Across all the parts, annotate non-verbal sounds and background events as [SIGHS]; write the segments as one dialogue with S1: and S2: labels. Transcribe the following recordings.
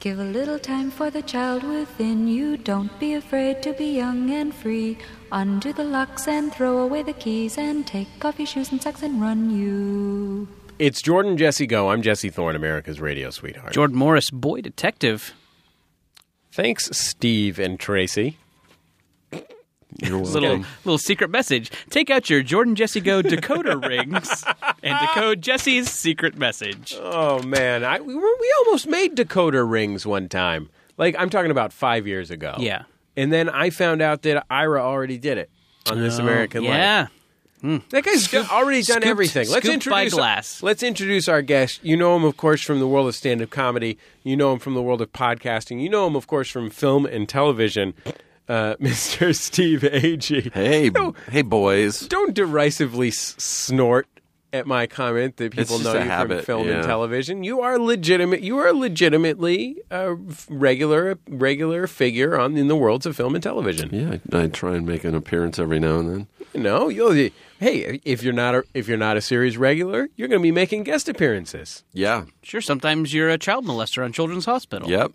S1: Give a little time for the child within you. Don't be afraid to be young and free. Undo the locks and throw away the keys and take off your shoes and socks and run you.
S2: It's Jordan Jesse Go. I'm Jesse Thorne, America's radio sweetheart.
S3: Jordan Morris, boy detective.
S2: Thanks, Steve and Tracy. [LAUGHS] You're
S3: It's a little, little secret message. Take out your Jordan Jesse Go
S4: [LAUGHS]
S3: decoder rings and decode Jesse's secret message.
S2: Oh man, I we were, we almost made decoder rings one time. Like I'm talking about five years ago.
S3: Yeah.
S2: And then I found out that Ira already did it on This American Life.
S3: Oh, yeah.
S2: That guy's do- already done
S3: scooped-
S2: everything. Let's
S3: scooped
S2: introduce
S3: by glass.
S2: Let's introduce our guest. You know him, of course, from the world of stand-up comedy. You know him from the world of podcasting. You know him, of course, from film and television. Uh, [LAUGHS] Mr. Steve Agee.
S4: Hey, hey, boys.
S2: Don't derisively s- snort at my comment that people
S4: just
S2: know
S4: a
S2: you from
S4: habit,
S2: film and
S4: yeah.
S2: television. You are legitimate. You are legitimately a f- regular regular figure on in the worlds of film and television.
S4: Yeah, I, I try and make an appearance every now and then.
S2: You know, you'll, hey, if you're not a, if you're not a series regular, you're going to be making guest appearances.
S4: Yeah,
S3: Sure, sometimes you're a child molester on Children's Hospital.
S4: yep.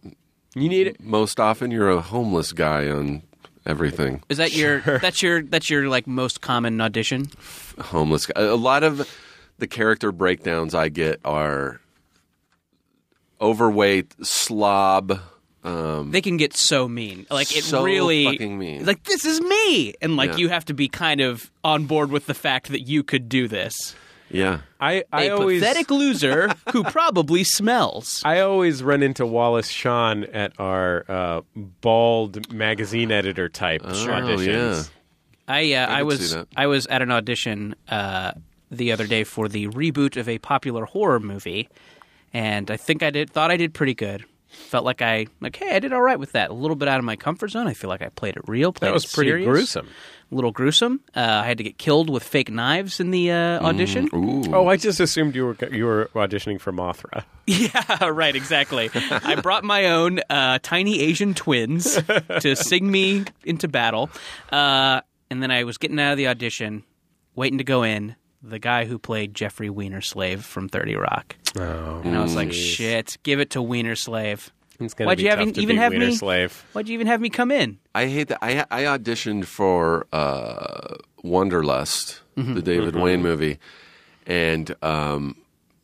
S2: You need it.
S4: Most often, you're a homeless guy on everything.
S3: Is that your that's your that's your like most common audition?
S4: Homeless. Guy. A lot of the character breakdowns I get are overweight slob.
S3: They can get so mean. Like it
S4: Um, So
S3: really
S4: fucking mean.
S3: Like this is me. And like
S4: Yeah.
S3: you have to be kind of on board with the fact that you could do this.
S4: Yeah,
S2: I
S3: A
S2: I always
S3: pathetic loser
S4: [LAUGHS]
S3: who probably smells.
S2: I always run into Wallace Shawn at our uh, bald magazine editor type auditions.
S4: Oh,
S3: I
S4: yeah.
S3: uh, I,
S4: could
S3: was
S4: see that.
S3: I was at an audition uh, the other day for the reboot of a popular horror movie, and I think I did thought I did pretty good. Felt like I like hey I did all right with that. A little bit out of my comfort zone. I feel like I played it real. Played
S2: That was
S3: it
S2: pretty
S3: serious,
S2: gruesome.
S3: A little gruesome. Uh, I had to get killed with fake knives in the uh,
S4: Mm,
S3: audition.
S2: Oh, I just assumed you were you were auditioning for Mothra.
S3: Yeah, [LAUGHS] right. Exactly. I brought my own uh, tiny Asian twins to sing me into battle, uh, and then I was getting out of the audition, waiting to go in. The guy who played Jeffrey Wiener Slave from Thirty Rock,
S2: Oh,
S3: and I was like, "Shit, give it to Wiener Slave."
S2: it's gonna
S3: Why'd
S2: be
S3: you
S2: tough
S3: even-
S2: to
S3: even
S2: beat
S3: have
S2: Wiener
S3: me?
S2: Slave.
S3: Why'd you even have me come in?
S4: I hate that. I I auditioned for uh, Wonderlust, the David Wayne movie, and um,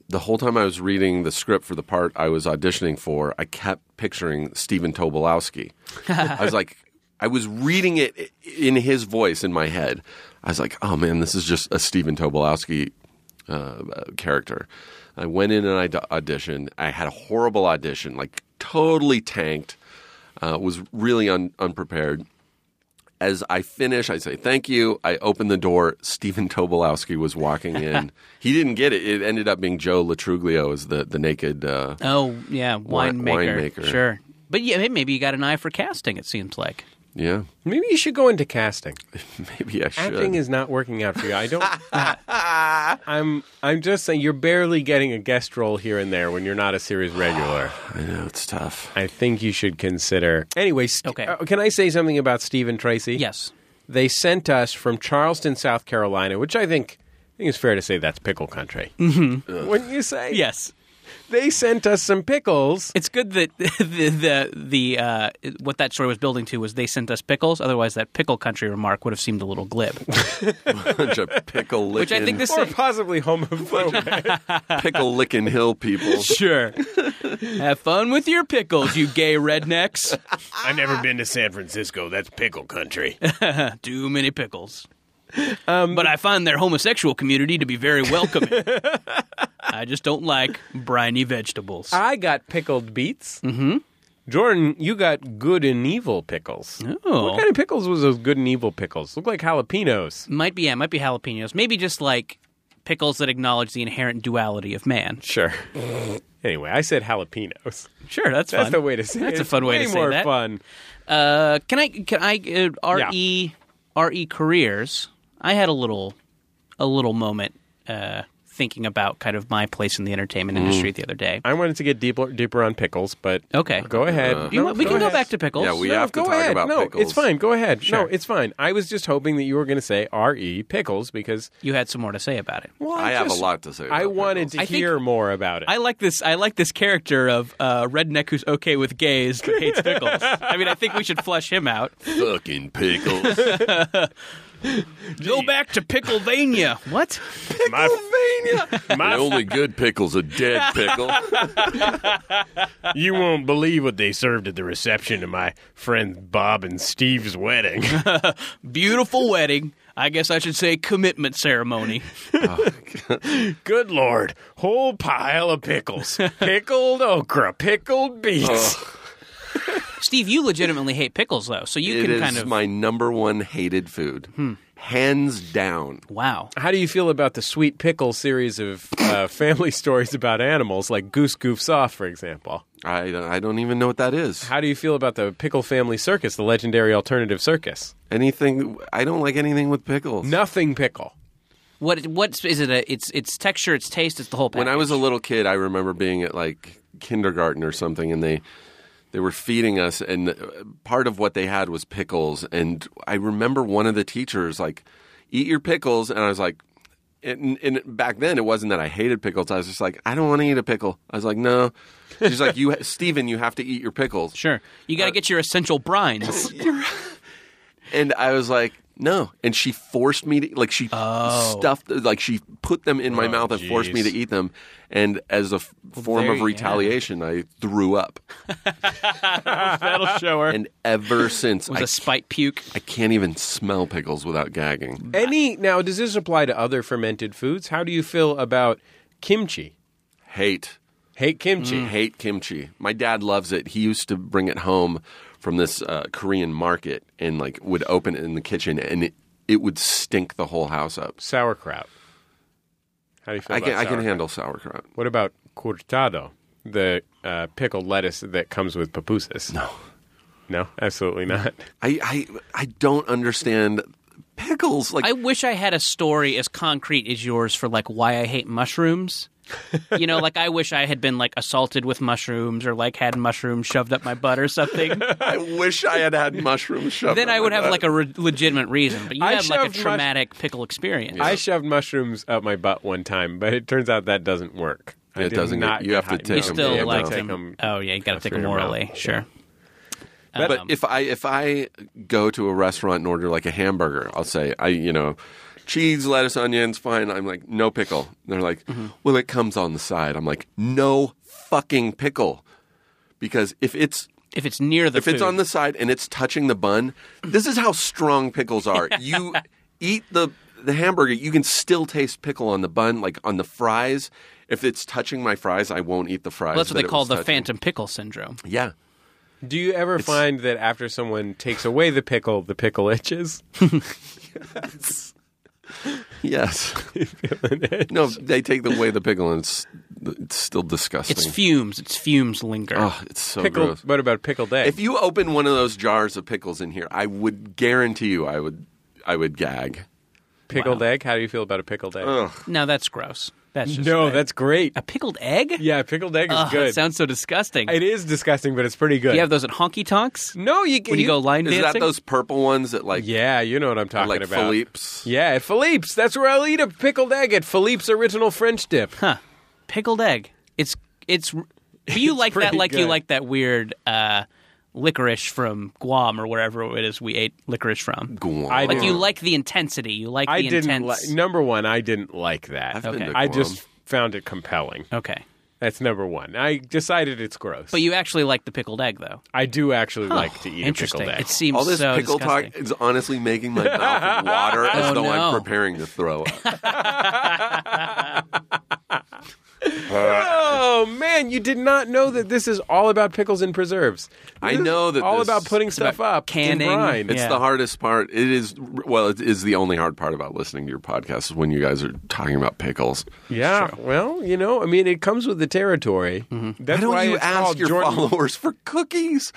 S4: the whole time I was reading the script for the part I was auditioning for, I kept picturing Stephen Tobolowsky. I was like, I was reading it i- in his voice in my head. I was like, oh man, this is just a Stephen Tobolowsky uh, uh, character. I went in and I d- auditioned. I had a horrible audition, like totally tanked uh, was really un- unprepared. As I finish, I say thank you. I open the door. Stephen Tobolowski was
S3: [LAUGHS]
S4: walking in. he didn't get it. It ended up being Joe Latruglio as the the naked. Uh,
S3: Oh yeah,
S4: Wi-
S3: winemaker.
S4: winemaker.
S3: Sure, but yeah, maybe you got an eye for casting. It seems like.
S4: yeah,
S2: Maybe you should go into casting.
S4: maybe I should.
S2: Acting is not working out for you. I don't.
S4: [LAUGHS]
S2: I'm. I'm just saying you're barely getting a guest role here and there when you're not a series regular.
S4: I know it's tough. [LAUGHS]
S2: I think you should consider. Anyway, st-
S3: Okay.
S2: uh, can I say something about Steve and Tracy?
S3: Yes.
S2: They sent us from Charleston, South Carolina, which I think I think it's fair to say that's pickle country. Mm-hmm. Wouldn't you say?
S3: Yes.
S2: They sent us some pickles.
S3: It's good that [LAUGHS] the the, the uh, what that story was building to was they sent us pickles. Otherwise, that pickle country remark would have seemed a little glib.
S2: [LAUGHS]
S4: Bunch of pickle
S3: Which
S4: licking,
S3: I think this [LAUGHS]
S2: Or possibly homophobic.
S4: pickle licking hill people.
S3: sure. [LAUGHS] Have fun with your pickles, you gay rednecks.
S2: [LAUGHS] I've never been to San Francisco. That's pickle country.
S3: Too many pickles.
S2: Um,
S3: but I find their homosexual community to be very welcoming. [LAUGHS] I just don't like briny
S2: [LAUGHS]
S3: vegetables.
S2: I got pickled beets. Mm-hmm. Jordan, you got good and evil pickles. What
S3: oh,
S2: kind of pickles was those good and evil pickles? Look like jalapenos.
S3: might be yeah, might be jalapenos. Maybe just like pickles that acknowledge the inherent duality of man.
S2: Sure. [LAUGHS] anyway, I said jalapenos.
S3: Sure, that's
S2: That's
S3: fun.
S2: the way to say it.
S3: That's a
S2: It's
S3: fun way to
S2: way
S3: say
S2: more
S3: that.
S2: fun.
S3: Uh, can I can I uh,
S2: Yeah.
S3: E re re careers? I had a little a little moment uh, thinking about kind of my place in the entertainment
S4: Hmm.
S3: industry the other day.
S2: I wanted to get deeper deeper on pickles, but
S3: Okay.
S2: go ahead.
S3: Do you want- we can go
S2: ahead.
S3: back to pickles.
S4: Yeah, we
S2: no,
S4: have to
S2: go
S4: talk
S2: ahead.
S4: about
S2: no,
S4: pickles.
S2: it's fine. Go ahead. No, it's fine. I was just hoping that you were going to say R E pickles because
S3: you had some more to say about it.
S2: well,
S4: I have a
S2: just-
S4: lot to say
S2: I
S4: about
S2: wanted
S4: pickles.
S2: to
S3: I think-
S2: hear more about it.
S3: I like this. I like this character of uh, redneck who's okay with gays but
S4: [LAUGHS]
S3: hates pickles. I mean, I think we should flush him out.
S4: Fucking [LAUGHS] pickles.
S3: Go back to Picklevania. What?
S2: [LAUGHS] my,
S4: the only good pickle's a
S3: [LAUGHS]
S4: dead pickle.
S2: you won't believe what they served at the reception to my friends Bob and Steve's
S3: [LAUGHS]
S2: wedding.
S3: Beautiful wedding. I guess I should say commitment ceremony.
S2: Good lord, whole pile of
S3: [LAUGHS]
S2: pickles, pickled okra, pickled beets.
S3: Steve, you legitimately hate pickles though, so you
S4: it
S3: can
S4: is
S3: kind of Hmm.
S4: my number one hated food. Hands down.
S3: wow.
S2: How do you feel about the sweet pickle series of uh, [LAUGHS] family stories about animals, like Goose Goofs Off, for example?
S4: I, don't- I don't even know what that is.
S2: How do you feel about the Pickle Family Circus, the legendary alternative circus?
S4: Anything. I don't like anything with pickles.
S2: Nothing pickle.
S3: What what is it? A, it's it's texture, it's taste, it's the whole. Package.
S4: When I was a little kid, I remember being at like kindergarten or something, and they they were feeding us, and uh, part of what they had was pickles. And I remember one of the teachers like, "Eat your pickles," and I was like. And, and back then, it wasn't that I hated pickles. I was just like, I don't want to eat a pickle. I was like, no. She's like, you, [LAUGHS] Steven, you have to eat your pickles.
S3: sure, you
S4: Uh,
S3: got to get your essential
S4: [LAUGHS]
S3: brines. [LAUGHS]
S4: And I was like, no. And she forced me to like she
S2: Oh.
S4: stuffed like she put them in my mouth and forced me to
S2: geez.
S4: eat them. And as a f- form
S3: there
S4: of
S3: you-
S4: retaliation, I
S2: [LAUGHS]
S4: threw up.
S2: That'll show her.
S4: And ever since,
S3: was
S4: I,
S3: a spite puke.
S4: I can't even smell pickles without gagging.
S2: Any now, does this apply to other fermented foods? How do you feel about kimchi?
S4: Hate,
S2: Hate kimchi.
S4: hate kimchi. My dad loves it. He used to bring it home from this uh, Korean market and like would open it in the kitchen and it, it would stink the whole house up.
S2: Sauerkraut. How do you feel
S4: I
S2: about
S4: can I can
S2: sauerkraut?
S4: handle sauerkraut.
S2: What about cortado, the uh, pickled lettuce that comes with pupusas?
S4: No.
S2: No, absolutely not.
S4: I, I I don't understand pickles. Like
S3: I wish I had a story as concrete as yours for like why I hate
S4: [LAUGHS]
S3: mushrooms. you know, like I wish I had been like assaulted with mushrooms or like had mushrooms shoved up my butt or
S4: [LAUGHS]
S3: something.
S4: I wish I had had mushrooms shoved.
S3: then
S4: up
S3: I would
S4: Oh my
S3: have
S4: butt.
S3: like a re- legitimate reason. But you
S2: I
S3: had like a
S2: shoved mush-
S3: traumatic pickle experience.
S2: I shoved mushrooms up my butt one time, but it turns out that doesn't work. I
S4: It
S2: did
S4: doesn't-
S2: Not
S4: you have to
S2: hide-
S4: take
S3: you
S2: no,
S4: them
S3: still
S4: yeah,
S2: you
S3: like
S2: have to
S3: them.
S2: take them.
S3: Oh yeah, you got to take
S2: through
S3: them
S2: your mouth.
S3: orally. Sure.
S4: But
S3: um,
S4: if I if I go to a restaurant and order like a hamburger, I'll say I you know cheese, lettuce, onions, fine. I'm like no pickle. And they're like, well, it comes on the side. I'm like, no fucking pickle, because if it's
S3: If it's near the
S4: if it's
S3: food-
S4: on the side and it's touching the bun, this is how strong pickles
S3: [LAUGHS]
S4: are. You eat the the hamburger, you can still taste pickle on the bun, like on the fries. If it's touching my fries, I won't eat the fries.
S3: well, that's what
S4: that
S3: they
S4: it
S3: call
S4: was
S3: the
S4: touching.
S3: phantom pickle syndrome.
S4: Yeah.
S2: Do you ever find that after someone takes away the pickle, the pickle itches?
S4: Oh,
S3: [LAUGHS]
S4: Yes. no, they take away the pickle and it's, it's still disgusting.
S3: It's fumes. It's fumes linger.
S4: oh, it's so
S2: Pickle.
S4: gross.
S2: What about pickled egg?
S4: If you open one of those jars of pickles in here, I would guarantee you I would I would gag.
S2: pickled egg. How do you feel about a pickled egg?
S3: No, that's gross. That's just
S2: no,
S3: bad.
S2: that's great.
S3: a pickled egg.
S2: Yeah, pickled egg is
S3: Ugh,
S2: good.
S3: That Uh, sounds so disgusting.
S2: it is disgusting, but it's pretty good.
S3: You have those at honky tonks?
S2: no, you
S3: When you, go line
S4: Is that
S3: dancing?
S4: those purple ones that like
S2: Yeah, you know what I'm talking
S4: like
S2: about.
S4: Philippe's?
S2: Yeah, at Philippe's. That's where I'll eat a pickled egg at Philippe's original French dip.
S3: Huh. Pickled egg. It's it's
S2: [LAUGHS]
S3: but you like that
S2: pretty
S3: like you
S2: good.
S3: like that weird uh licorice from Guam or wherever it is we ate licorice from.
S4: Guam.
S2: I
S3: Like
S2: do.
S3: you like the intensity. You like
S2: I
S3: the
S2: didn't
S3: intense.
S2: li- number one. I didn't like that.
S4: I've been
S3: Okay.
S4: to
S2: I
S4: Guam.
S2: just found it compelling.
S3: Okay.
S2: That's number one. I decided it's gross.
S3: But you actually like the pickled egg though.
S2: I do actually like to eat a
S3: Interesting.
S2: pickled egg.
S3: It seems
S4: all this
S3: so
S4: pickle
S3: disgusting.
S4: talk is honestly making my
S3: [LAUGHS]
S4: mouth water as
S3: Oh,
S4: though I'm
S3: no.
S4: preparing to throw
S3: [LAUGHS]
S4: up.
S2: oh man, you did not know that this is all about pickles and preserves.
S4: I
S2: This is
S4: know that
S2: all
S4: this-
S2: about putting stuff up
S3: canning.
S2: in brine.
S4: It's
S3: Yeah.
S4: the hardest part. It is well, it is the only hard part about listening to your podcast is when you guys are talking about pickles.
S2: Yeah, well, you know, I mean, it comes with the territory.
S3: Mm-hmm.
S2: That's
S4: Why don't
S2: why
S4: you
S2: it's
S4: ask
S2: called
S4: your
S2: Jordan
S4: followers for cookies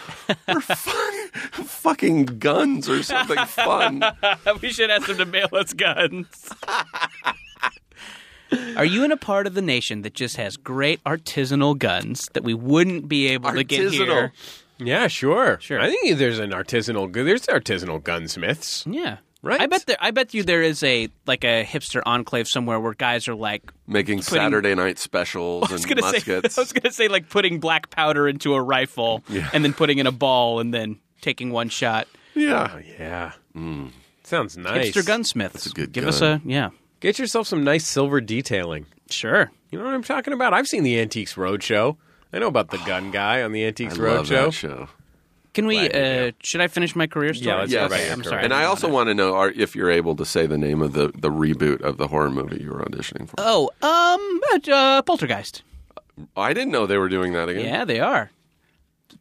S4: or fu- [LAUGHS] fucking guns or something fun?
S3: we should ask them to mail us guns. [LAUGHS] Are you in a part of the nation that just has great artisanal guns that we wouldn't be able to get
S4: Artisanal.
S3: here?
S2: Yeah, sure. Sure. I think there's an artisanal gu- there's artisanal gunsmiths.
S3: Yeah.
S2: Right.
S3: I bet there, I bet you there is a like a hipster enclave somewhere where guys are like
S4: Making Saturday night specials
S3: I was
S4: and
S3: gonna
S4: muskets.
S3: say [LAUGHS] I was gonna say like putting black powder into a rifle and then putting in a ball and then taking one shot.
S2: Yeah. Oh, yeah.
S4: Mm.
S2: Sounds nice.
S3: Hipster gunsmiths.
S4: good
S3: Give
S4: gun.
S3: us a yeah.
S2: Get yourself some nice silver detailing.
S3: Sure.
S2: You know what I'm talking about? I've seen the Antiques Roadshow. I know about the gun
S4: [SIGHS]
S2: guy on the
S4: I
S2: Antiques
S4: love that
S2: Roadshow.
S4: show.
S3: Can we?
S2: Glad you
S3: Uh, should I finish my career story?
S2: Yeah, let's
S4: go
S3: Okay,
S4: right
S3: I'm
S2: after
S3: sorry.
S2: it.
S4: And I also want to know are, if you're able to say the name of the, the reboot of the horror movie you were auditioning for.
S3: oh, um, uh, Poltergeist.
S4: I didn't know they were doing that again.
S3: Yeah, they are.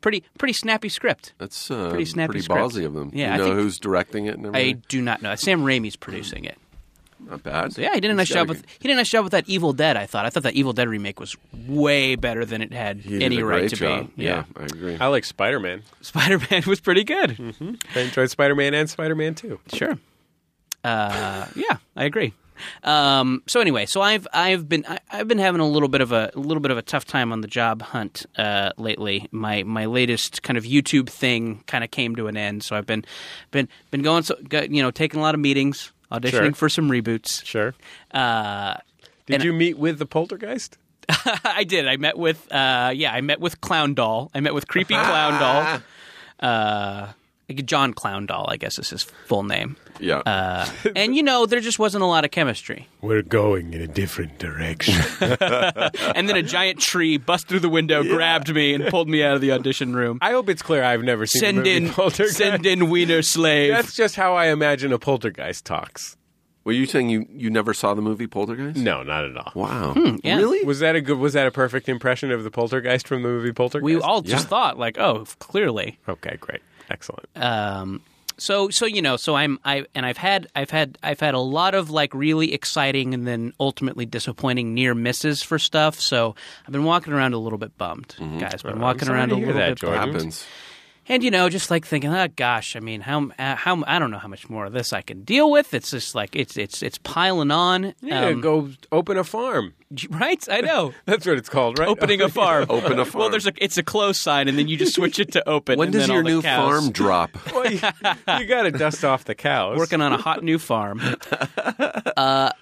S3: Pretty, pretty snappy script.
S4: That's uh,
S3: Pretty
S4: pretty,
S3: snappy script.
S4: ballsy of them.
S3: Yeah, I
S4: you know
S3: think-
S4: who's directing it and
S3: I
S4: everything?
S3: do not know. Sam Raimi's producing it.
S4: Not bad.
S3: So yeah, he did a nice
S4: He's
S3: job
S4: gotta
S3: with he did a nice job with that Evil Dead. I thought. I thought that Evil Dead remake was way better than it had
S4: get- he did
S3: any
S4: a
S3: right
S4: great
S3: to
S4: job.
S3: be. [LAUGHS]
S4: Yeah, I agree.
S2: I like Spider Man.
S3: Spider Man was pretty good.
S2: I enjoyed Spider Man and Spider Man 2.
S3: Sure. Uh, yeah, I agree. Um, so anyway, so I've I've been I, I've been having a little bit of a, a little bit of a tough time on the job hunt uh, lately. My my latest kind of YouTube thing kind of came to an end, so I've been been been going so got, you know taking a lot of meetings, auditioning
S2: Sure.
S3: for some reboots.
S2: Sure.
S3: Uh, [LAUGHS]
S2: Did
S3: And-
S2: you meet with the poltergeist?
S3: I did. I met with uh, yeah, I met with Clown Doll. I met with creepy Clown Doll. Uh, John Clown Doll, I guess is his full name.
S4: Yeah.
S3: Uh, [LAUGHS] and you know, there just wasn't a lot of chemistry.
S2: We're going in a different direction.
S3: And then a giant tree bust through the window, grabbed me, and pulled me out of the audition room.
S2: [LAUGHS] I hope it's clear I've never seen the
S3: Send
S2: movie
S3: in,
S2: Poltergeist.
S3: send in Wiener Slave.
S2: That's just how I imagine a poltergeist talks.
S4: Were you saying you, you never saw the movie Poltergeist?
S2: No, not at all.
S4: Wow.
S3: yeah.
S2: Was that a good? Was that a perfect impression of the poltergeist from the movie Poltergeist?
S3: We all just
S4: Yeah.
S3: thought like, oh, clearly.
S2: Okay, great, excellent.
S3: um, so so you know so i'm i and i've had i've had i've had a lot of like really exciting and then ultimately disappointing near misses for stuff so i've been walking around a little bit bummed guys been walking
S2: sorry
S3: around
S2: to
S3: a
S2: hear
S3: little
S2: that,
S3: bit
S2: Jordan.
S3: bummed.
S4: Happens.
S3: and you know just like thinking oh gosh i mean how uh, how i don't know how much more of this i can deal with it's just like it's it's it's piling on
S2: Yeah,
S3: Um,
S2: go open a farm.
S3: [LAUGHS] right i know
S2: That's what it's called, right?
S3: [LAUGHS] opening a farm
S4: [LAUGHS] Open a
S3: well
S4: farm.
S3: there's a it's a close sign and then you
S4: [LAUGHS]
S3: just switch it to open
S4: When
S3: and
S4: does
S3: then
S4: your
S3: all the
S4: new
S3: cows- [LAUGHS]
S4: farm drop?
S2: Well, you you got to dust off the cows.
S3: working on a hot new
S4: [LAUGHS]
S3: farm. uh,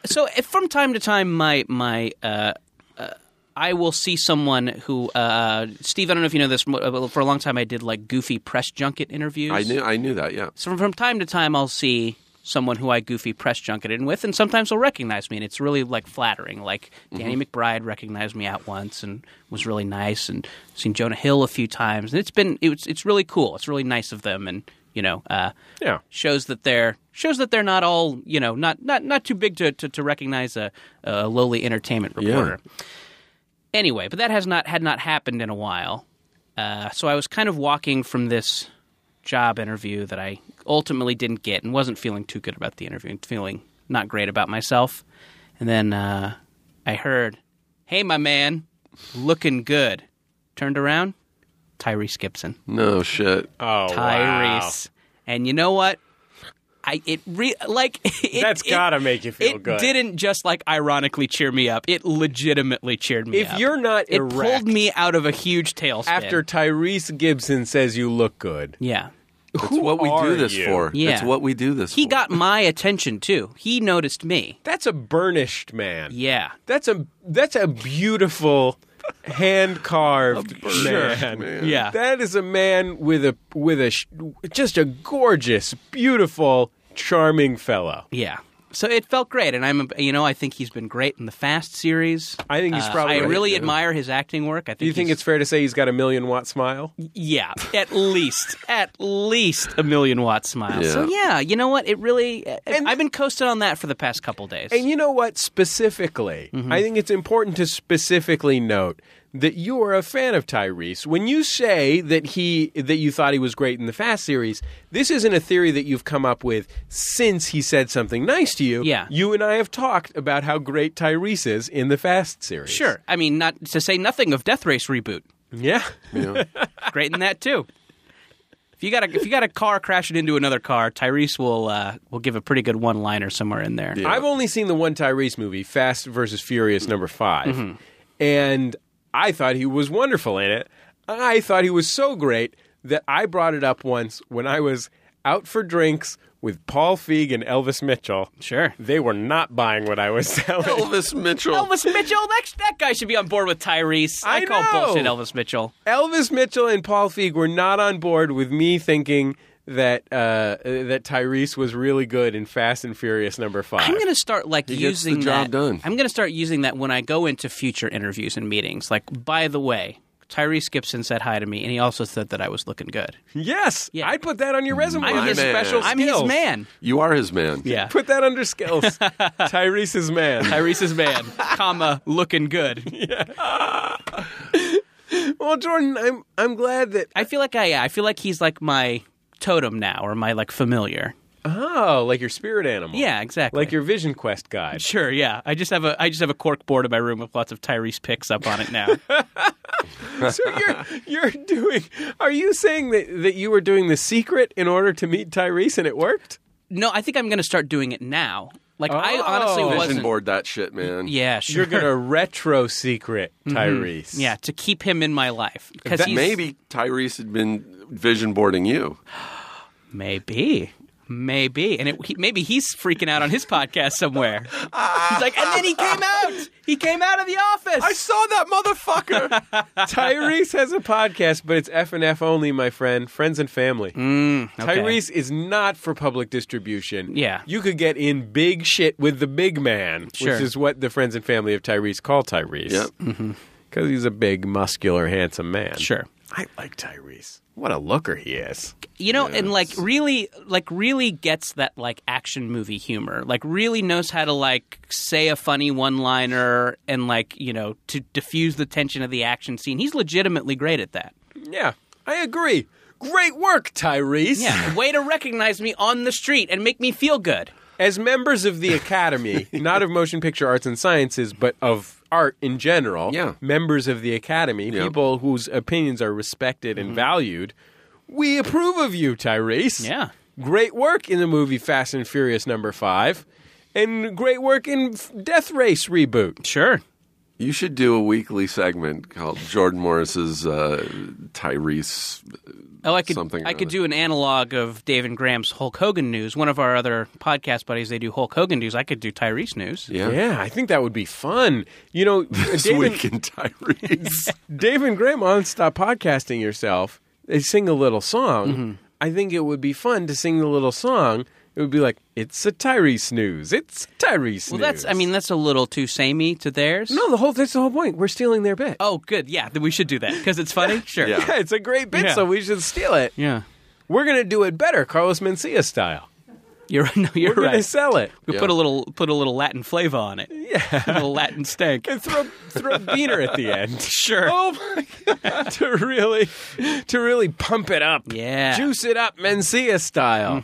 S3: so if from time to time, my my. Uh, uh, I will see someone who, uh, Steve. I don't know if you know this. mo- For a long time, I did like goofy press junket interviews.
S4: I knew I knew that, yeah.
S3: So from time to time, I'll see someone who I goofy press junketed with, and sometimes they'll recognize me, and it's really like flattering. Like Danny McBride recognized me out once and was really nice, and seen Jonah Hill a few times, and it's been it's it's really cool. It's really nice of them, and you know, uh,
S2: Yeah.
S3: shows that they're shows that they're not all you know not not not too big to to, to recognize a, a lowly entertainment reporter. Anyway, but that has not had not happened in a while. Uh, so I was kind of walking from this job interview that I ultimately didn't get and wasn't feeling too good about the interview and feeling not great about myself. And then uh, I heard, "Hey, my man, looking good." Turned around, Tyrese Gibson.
S4: No shit.
S2: Oh, wow.
S3: Tyrese. And you know what? I it re, like [LAUGHS] it,
S2: That's
S3: it-
S2: gotta make you feel
S3: it
S2: good.
S3: didn't just like ironically cheer me up. It legitimately cheered me
S2: If
S3: up.
S2: you're not
S3: it
S2: erect-
S3: pulled me out of a huge tailspin.
S2: After Tyrese Gibson says you look good,
S3: yeah,
S4: It's what we
S2: are
S4: do this
S2: you?
S4: for.
S3: Yeah.
S4: It's what we do this
S3: he
S4: for.
S3: got my attention too. He noticed me.
S2: that's a burnished man.
S3: Yeah,
S2: That's a that's a beautiful hand carved man.
S4: man.
S3: yeah.
S2: That is a man with a with a sh- just a gorgeous, beautiful, charming fellow.
S3: yeah. So it felt great, and I'm, you know, I think he's been great in the Fast series.
S2: I think he's
S3: Uh,
S2: probably
S3: I really
S2: yeah.
S3: admire his acting work. I think
S2: Do you think
S3: he's-
S2: it's fair to say he's got a million watt smile?
S3: Yeah, at least, at least a million watt smile. So yeah, you know what? It really. I've been coasting on that for the past couple days.
S2: And you know what? Specifically,
S3: Mm-hmm.
S2: I think it's important to specifically note that you are a fan of Tyrese. When you say that he that you thought he was great in the Fast series, this isn't a theory that you've come up with since he said something nice to you.
S3: Yeah.
S2: you and I have talked about how great Tyrese is in the Fast series.
S3: sure, I mean, not to say nothing of Death Race reboot.
S2: Yeah.
S4: Yeah.
S3: Great in that too. If you got a if you got a car crashing into another car, Tyrese will uh, will give a pretty good one liner somewhere in there.
S2: I've only seen the one Tyrese movie, Fast versus Furious number 5
S3: Mm-hmm.
S2: and I thought he was wonderful in it. I thought he was so great that I brought it up once when I was out for drinks with Paul Feig and Elvis Mitchell.
S3: Sure.
S2: They were not buying what I was [LAUGHS] selling.
S4: Elvis Mitchell.
S3: Elvis Mitchell, that, that guy should be on board with Tyrese. I,
S2: I
S3: call
S2: know.
S3: bullshit, Elvis Mitchell.
S2: Elvis Mitchell and Paul Feig were not on board with me thinking that uh, that Tyrese was really good in Fast and Furious number 5
S3: I'm going to start like
S4: gets the
S3: using
S4: job
S3: that.
S4: done.
S3: I'm going to start using that when I go into future interviews and meetings. Like, by the way, Tyrese Gibson said hi to me, and he also said that I was looking good.
S2: Yes,
S3: Yeah. Mm.
S2: I'd put that on your resume.
S4: I'm
S2: his
S4: his man.
S2: special
S3: I'm
S2: skills.
S3: his man.
S4: you are his man.
S3: Yeah,
S2: Put that under [LAUGHS] skills. Tyrese's man.
S3: [LAUGHS] Tyrese's man, comma looking good.
S2: Well, Jordan, I'm I'm glad that
S3: I feel like I. Yeah, I feel like he's like my totem now, or my like familiar.
S2: oh, like your spirit animal.
S3: Yeah, exactly.
S2: Like your vision quest [LAUGHS] guide.
S3: Sure, yeah. I just have a I just have a cork board in my room with lots of Tyrese picks up on it now.
S2: so you're you're doing are you saying that, that you were doing the secret in order to meet Tyrese and it worked?
S3: [LAUGHS] no, I think I'm going to start doing it now. Like I
S2: Oh.
S3: honestly
S2: Vision
S4: Vision
S3: wasn't.
S4: board that shit, man.
S3: Yeah, sure.
S2: You're [LAUGHS] gonna retro secret Tyrese.
S3: yeah, to keep him in my life because
S2: That-
S3: he's
S4: Maybe Tyrese had been vision boarding you.
S3: maybe maybe and it, he, maybe he's freaking out on his podcast somewhere. he's like, and then he came out. He came out of the office.
S4: I saw
S3: [LAUGHS]
S4: that motherfucker.
S2: Tyrese has a podcast, but it's F and F only, my friend. Friends and family. Tyrese is not for public distribution.
S3: Mm, Yeah.
S2: You could get in big shit with the big man,
S3: Sure. Mm-hmm.
S2: which is what the friends and family of Tyrese call Tyrese.
S4: Yep.
S2: Because he's a big, muscular, handsome man.
S3: sure.
S2: I like Tyrese. What a looker he is.
S3: you know and like really like really gets that like action movie humor like really knows how to like say a funny one liner and like you know to diffuse the tension of the action scene he's legitimately great at that
S2: Yeah, I agree. Great work, Tyrese.
S3: yeah way to recognize me on the street and make me feel good
S2: As members of
S4: [LAUGHS]
S2: the Academy, not of Motion Picture Arts and Sciences, but of art in general,
S4: Yeah.
S2: members of the Academy,
S4: Yeah. Mm-hmm.
S2: people whose opinions are respected and valued, we approve of you, Tyrese.
S3: yeah
S2: Great work in the movie Fast and Furious number five, and great work in F- Death Race reboot.
S3: sure
S4: You should do a weekly segment called Jordan Morris's uh, Tyrese.
S3: Oh, I could
S4: Something
S3: I
S4: or
S3: could
S4: other.
S3: do an analog of Dave and Graham's Hulk Hogan news. One of our other podcast buddies, they do Hulk Hogan news. I could do Tyrese news.
S4: Yeah.
S2: I think that would be fun. You know,
S4: [LAUGHS] This
S2: David-
S4: week
S3: [LAUGHS]
S4: in Tyrese.
S2: Dave and Graham on Stop Podcasting Yourself, they sing a little song.
S3: Mm-hmm.
S2: I think it would be fun to sing the little song. It would be like, it's a Tyrese news. It's Tyrese
S3: Well,
S2: news.
S3: that's I mean that's a little too samey to theirs.
S2: no, the whole that's the whole point. We're stealing their bit.
S3: Oh, good. Yeah, then we should do that because it's
S4: [LAUGHS]
S3: funny. Sure.
S4: Yeah.
S2: Yeah, [LAUGHS] it's a great bit,
S3: Yeah.
S2: so we should steal it.
S3: Yeah.
S2: We're gonna do it better, Carlos Mencia style.
S3: You're [LAUGHS] right. No, you're
S2: We're gonna
S3: right.
S2: sell it.
S3: we
S4: Yeah.
S3: put a little put a little Latin flavor on it. Yeah. A little Latin
S4: [LAUGHS]
S3: stank.
S2: And throw throw beaner at the end.
S3: Sure.
S2: Oh my god! [LAUGHS] to really, to really pump it up,
S3: Yeah. Mm-hmm.
S2: juice it up, Mencia style.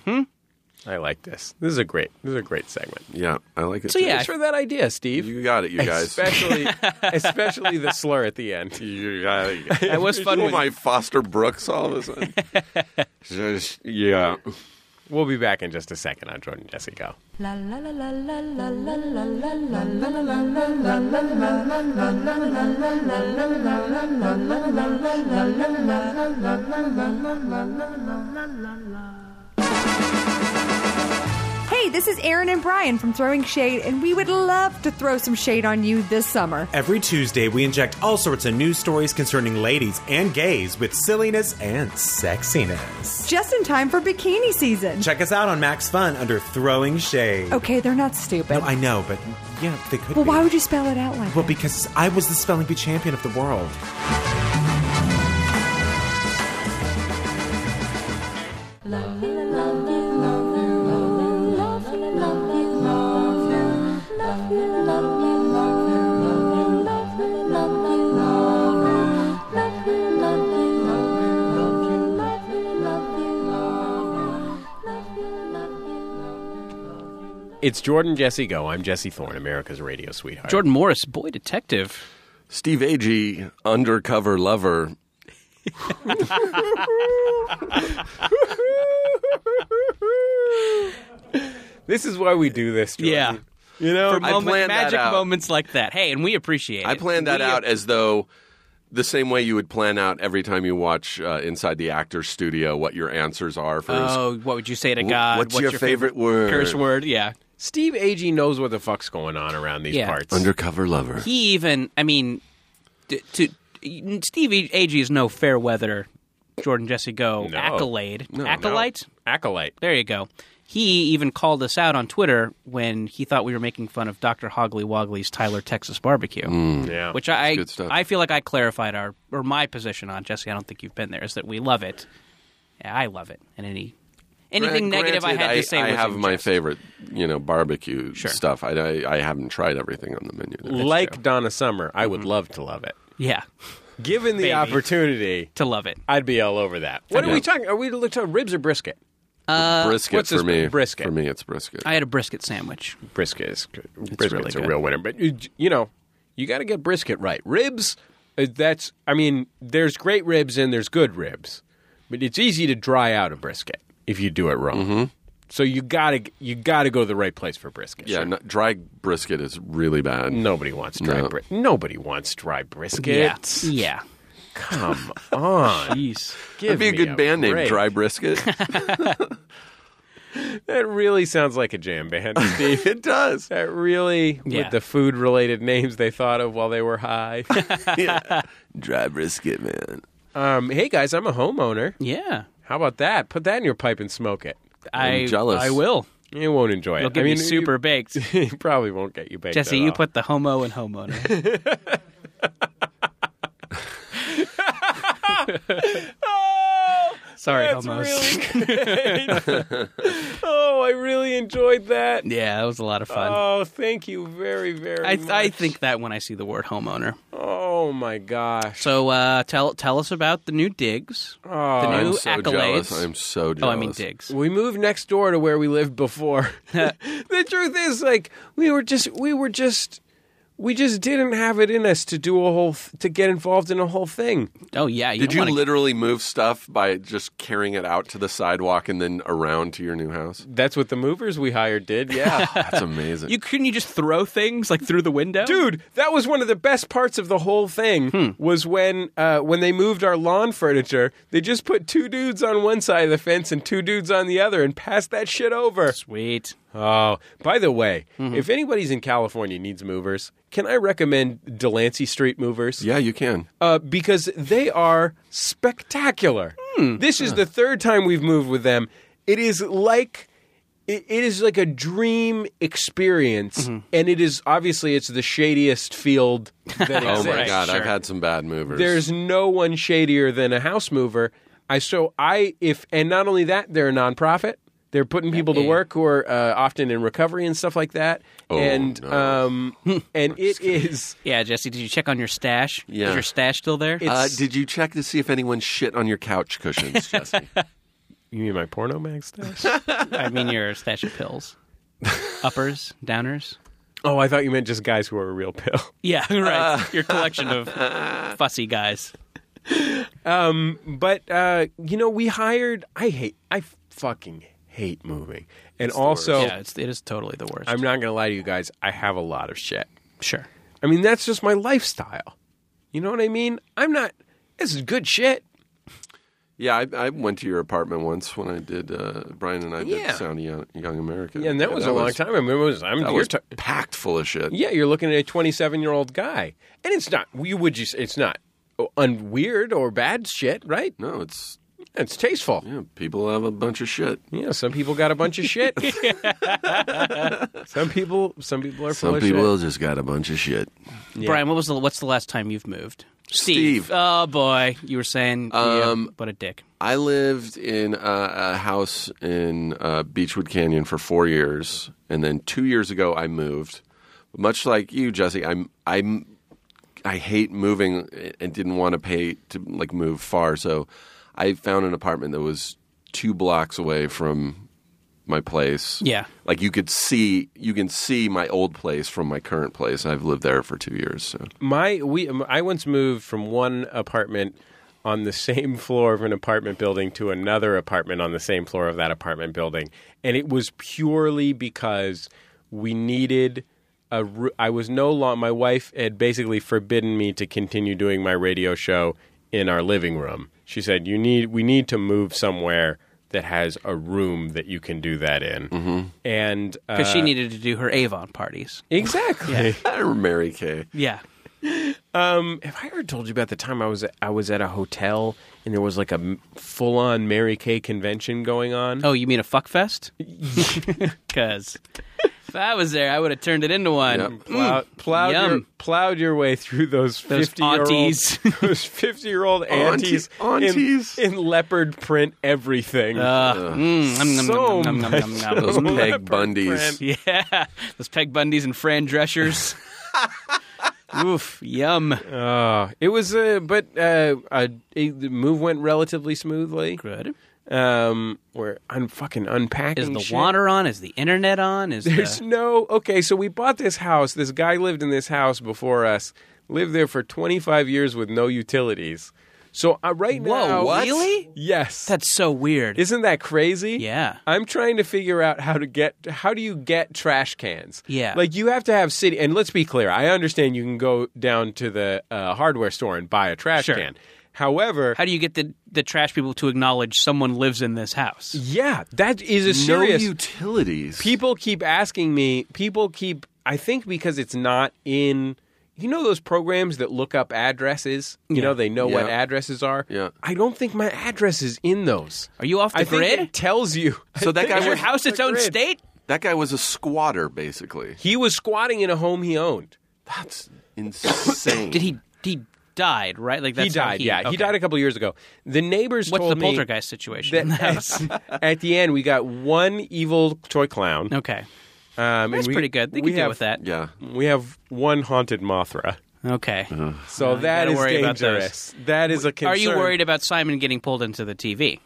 S2: I like this. This is a great. This is a great segment.
S4: yeah, I like it.
S3: So,
S4: too.
S3: yeah.
S2: Thanks for that idea, Steve.
S4: You got it, you
S3: [LAUGHS]
S4: guys.
S2: Especially, especially the slur at the end.
S4: You got it.
S3: That was fun.
S4: Oh,
S3: With,
S4: my Foster Brooks all of
S3: [LAUGHS]
S4: a sudden. Just- yeah.
S2: We'll be back in just a second on Jordan Jesse Go.
S1: La la la la la la la la la la.
S5: Hey, this is Aaron and Brian from Throwing Shade, and we would love to throw some shade on you this summer.
S6: Every Tuesday, we inject all sorts of news stories concerning ladies and gays with silliness and sexiness.
S5: Just in time for bikini season.
S6: Check us out on Max Fun under Throwing Shade.
S5: Okay, they're not stupid.
S6: No, I know, but yeah, they could
S5: Oh. well,
S6: be.
S5: why would you spell it out like
S6: Well,
S5: that?
S6: because I was the spelling bee champion of the world.
S2: It's Jordan Jesse Go. I'm Jesse Thorne, America's radio sweetheart.
S3: Jordan Morris, boy detective.
S4: Steve Agee, undercover lover.
S2: This is why we do this. Jordan.
S3: Yeah.
S2: You know,
S3: For
S4: I
S3: moment-
S4: planned that
S3: magic
S4: out.
S3: moments like that. Hey, and we appreciate it.
S4: I planned that
S3: We-
S4: out as though the same way you would plan out every time you watch uh, Inside the Actor's Studio what your answers are for.
S3: Oh, what would you say to God?
S4: what's your favorite word?
S3: Curse word, yeah.
S2: Steve Agee knows what the fuck's going on around these
S3: Yeah.
S2: parts.
S4: Undercover lover.
S3: He even, I mean, d- to Steve Agee is no fair weather Jordan Jesse Go
S2: No.
S3: accolade.
S2: No,
S3: Acolyte?
S2: no. Acolyte.
S3: There you go. He even called us out on Twitter when he thought we were making fun of Dr. Hoggly Woggly's Tyler Texas Barbecue,
S2: Yeah.
S3: Mm. which I
S4: Mm. good stuff.
S3: I feel like I clarified our or my position on Jesse. I don't think you've been there. Is that we love it. Yeah, I love it, and any anything
S4: Grant-
S3: negative I
S4: granted,
S3: had to say
S4: I
S3: was
S4: have
S3: in
S4: my
S3: jest.
S4: favorite, you know, barbecue stuff. I, I I haven't tried everything on the menu. there.
S2: like Donna Summer, I
S3: Mm-hmm.
S2: would love to love it.
S3: Yeah,
S2: Given the
S3: Baby.
S2: opportunity,
S3: to love it.
S2: I'd be all over that. What are
S4: Yeah.
S2: we talking? Are we looking at ribs or brisket?
S3: uh,
S4: brisket
S2: what's
S4: for
S2: this-
S4: me.
S2: brisket?
S4: for me, it's brisket.
S3: I had a brisket sandwich.
S2: Brisket is brisket's
S3: really
S2: a
S3: good.
S2: real winner, but you, you know you got to get brisket right. Ribs, uh, that's I mean, there's great ribs and there's good ribs, but it's easy to dry out a brisket if you do it wrong. So you gotta you gotta go to the right place for brisket.
S4: yeah, no- dry brisket is really bad.
S2: Nobody wants dry
S4: No.
S2: bri- Nobody wants dry briskets.
S3: Yeah.
S2: Come
S3: [LAUGHS]
S2: on.
S3: Jeez.
S2: Give
S4: That'd be a
S2: me
S4: good band name,
S2: break.
S3: [LAUGHS]
S4: Dry Brisket.
S2: That really sounds like a jam
S4: [LAUGHS]
S2: band, Steve.
S4: it does.
S2: that really,
S3: Yeah.
S2: with the food related names they thought of while they were high.
S4: [LAUGHS] Yeah. Dry Brisket, man.
S2: um, hey guys, I'm a homeowner.
S3: Yeah.
S2: How about that? Put that in your pipe and smoke it.
S3: i
S4: jealous.
S3: I will.
S2: You won't enjoy
S3: It'll
S2: it.
S3: get
S2: I mean,
S3: me
S2: [LAUGHS]
S3: super
S2: You,
S4: [LAUGHS]
S3: baked.
S2: it probably won't get you baked.
S3: Jesse,
S2: at
S3: you
S2: all.
S3: put the homo and homeowner.
S4: [LAUGHS]
S3: Sorry,
S2: That's
S3: homos.
S2: really good. oh, I really enjoyed that.
S3: [LAUGHS] yeah, that was a lot of fun.
S2: Oh, thank you very, very
S3: I,
S2: much.
S3: I think that when I see the word homeowner.
S2: Oh my gosh.
S3: So uh, tell tell us about the new digs, the new
S4: Oh, I'm so
S3: accolades.
S4: jealous. I'm so
S3: oh,
S4: jealous.
S3: I mean digs.
S2: We moved next door to where we lived before. [LAUGHS] the truth is, like we were just, we were just, we just didn't have it in us to do a whole, th- to get involved in a whole thing.
S3: Oh yeah, you
S4: Did
S3: don't
S4: you
S3: wanna-
S4: literally move stuff by just carrying it out to the sidewalk and then around to your new house?
S2: That's what the movers we hired did. Yeah,
S4: [LAUGHS] That's amazing.
S3: You couldn't you just throw things like through the
S2: [LAUGHS]
S3: window,
S2: dude, that was one of the best parts of the whole thing. Was when, uh, when they moved our lawn furniture, they just put two dudes on one side of the fence and two dudes on the other, and passed that shit over.
S3: Sweet.
S2: Oh, Mm-hmm. by the way, if anybody's in California needs movers, can I recommend Delancey Street Movers?
S4: yeah, you can.
S3: Oh,
S2: uh, because they are spectacular. This is the third time we've moved with them. It is like it, it is like a dream experience, and it is obviously it's the shadiest field that
S4: Oh
S2: exists.
S4: my god,
S3: sure.
S4: I've had some bad movers.
S2: There's no one shadier than a house mover. I so I if and not only that they're a nonprofit. They're putting people to work who are uh, often in recovery and stuff like that.
S4: Oh,
S2: and
S4: no.
S2: um and it is
S3: Yeah, Jesse, did you check on your stash?
S4: Yeah.
S3: Is your stash still there?
S4: uh, did you check to see if anyone shit on your couch
S3: [LAUGHS]
S4: cushions, Jesse?
S2: You mean my porno mag stash?
S3: I mean your stash of pills. Uppers, downers.
S2: Oh, I thought you meant just guys who are a real pill. [LAUGHS]
S3: Yeah, [LAUGHS] right. your collection of fussy guys.
S2: But uh, you know, we hired. I hate. I fucking hate moving. And also,
S3: yeah, it's, it is totally the worst.
S2: oh. I'm not gonna lie to you guys. I have a lot of shit.
S3: sure.
S2: I mean, that's just my lifestyle. You know what I mean? I'm not. This is good shit.
S4: yeah, I, I went to your apartment once when I did. Uh, Brian and I did
S2: Yeah.
S4: Sound of Young, Young America.
S2: Yeah, and that was a long time. I mean, it was. I'm.
S4: That
S2: you're
S4: was
S2: ta-
S4: packed full of shit.
S2: yeah, you're looking at a 27 year old guy, and it's not. You would just. It's not. oh, Un- weird or bad shit, right?
S4: No, it's
S2: It's tasteful.
S4: yeah, people have a bunch of shit.
S2: Yeah, some people got a bunch of
S4: [LAUGHS]
S2: shit. some people, some people are full
S4: Some
S2: of
S4: people
S2: shit.
S4: just got a bunch of shit.
S3: Brian, what was the what's the last time you've moved?
S4: Steve.
S3: Oh boy, you were saying um, what a dick.
S4: I lived in a, a house in uh, Beechwood Canyon for four years, and then two years ago I moved. Much like you, Jesse, I'm I'm I hate moving eh, and didn't want to pay to like move far, so I found an apartment that was two blocks away from my place.
S3: Yeah.
S4: like you could see you can see my old place from my current place. I've lived there for two years, so
S2: My we, I once moved from one apartment on the same floor of an apartment building to another apartment on the same floor of that apartment building. And it was purely because we needed a ru- I was no longer, my wife had basically forbidden me to continue doing my radio show in our living room. She said, "You need, we need to move somewhere that has a room that you can do that in." And uh,
S3: because she needed to do her Avon parties.
S2: exactly.
S4: I remember Mary Kay.
S3: Yeah.
S2: Have I ever told you about the time I was I was at a hotel and there was like a full on Mary Kay convention going on?
S3: Oh, you mean a fuck fest? Because if I was there, I would have turned it into one.
S4: Yep.
S2: Plow, plowed, your,
S3: mm, yum.
S2: plowed your way through those
S3: Those
S2: fifty year
S3: aunties.
S2: old [LAUGHS] those fifty year
S3: [LAUGHS]
S2: old aunties,
S4: aunties.
S2: In, in leopard print everything.
S3: Mm, nom, nom,
S2: So
S3: nom, nom, nom, nom, nom.
S4: [LAUGHS] Those Peg
S2: Leopard print.
S4: Bundys.
S3: [LAUGHS] Yeah, those Peg Bundys and
S2: [LAUGHS]
S3: Fran Dreschers. Oof, yum.
S2: Uh, it was a but uh, uh it, the move went relatively smoothly.
S3: Good.
S2: Um, we're un- fucking unpacking.
S3: Is the
S2: shit.
S3: water on? Is the internet on? Is
S2: There's
S3: the...
S2: no okay. So we bought this house. This guy lived in this house before us. Lived there for 25 years with no utilities. So uh, right
S3: Whoa,
S2: now,
S3: what? really?
S2: Yes.
S3: that's so weird?
S2: Isn't that crazy?
S3: Yeah.
S2: I'm trying to figure out how to get how do you get trash cans?
S3: Yeah.
S2: Like you have to have city and let's be clear, I understand you can go down to the uh, hardware store and buy a trash
S3: Sure.
S2: can. However,
S3: How do you get the the trash people to acknowledge someone lives in this house?
S2: yeah, that is a
S4: No
S2: serious
S4: utilities.
S2: people keep asking me people keep i think because it's not in you know those programs that look up addresses you know they know what
S4: Yeah.
S2: addresses are
S4: Yeah.
S2: i don't think my address is in those
S3: Are you off the
S2: i
S3: grid?
S2: think it tells
S3: [LAUGHS]
S2: you
S4: So that guy
S3: Is your
S4: was
S3: house its
S2: the
S3: own
S2: grid.
S3: state?
S4: that guy was a squatter, basically.
S2: he was squatting in a home he owned
S3: [COUGHS]
S4: That's insane.
S3: Did he he died right? Like that's
S2: he
S3: how
S2: died yeah
S3: okay.
S2: he died a couple years ago the neighbors
S3: What's
S2: told
S3: the
S2: me
S3: poltergeist situation? [LAUGHS] in the house?
S2: that at, at the end we got one evil toy clown
S3: okay,
S2: um,
S3: that's
S2: and we,
S3: pretty good. They
S2: we
S3: can deal
S2: have-
S3: with that.
S4: Yeah.
S2: we have one haunted mothra
S3: Okay.
S2: so
S3: you
S2: that
S3: gotta
S2: is
S3: worry about those.
S2: dangerous that is a Uh-huh. concern
S3: Are you worried about Simon getting pulled into the TV?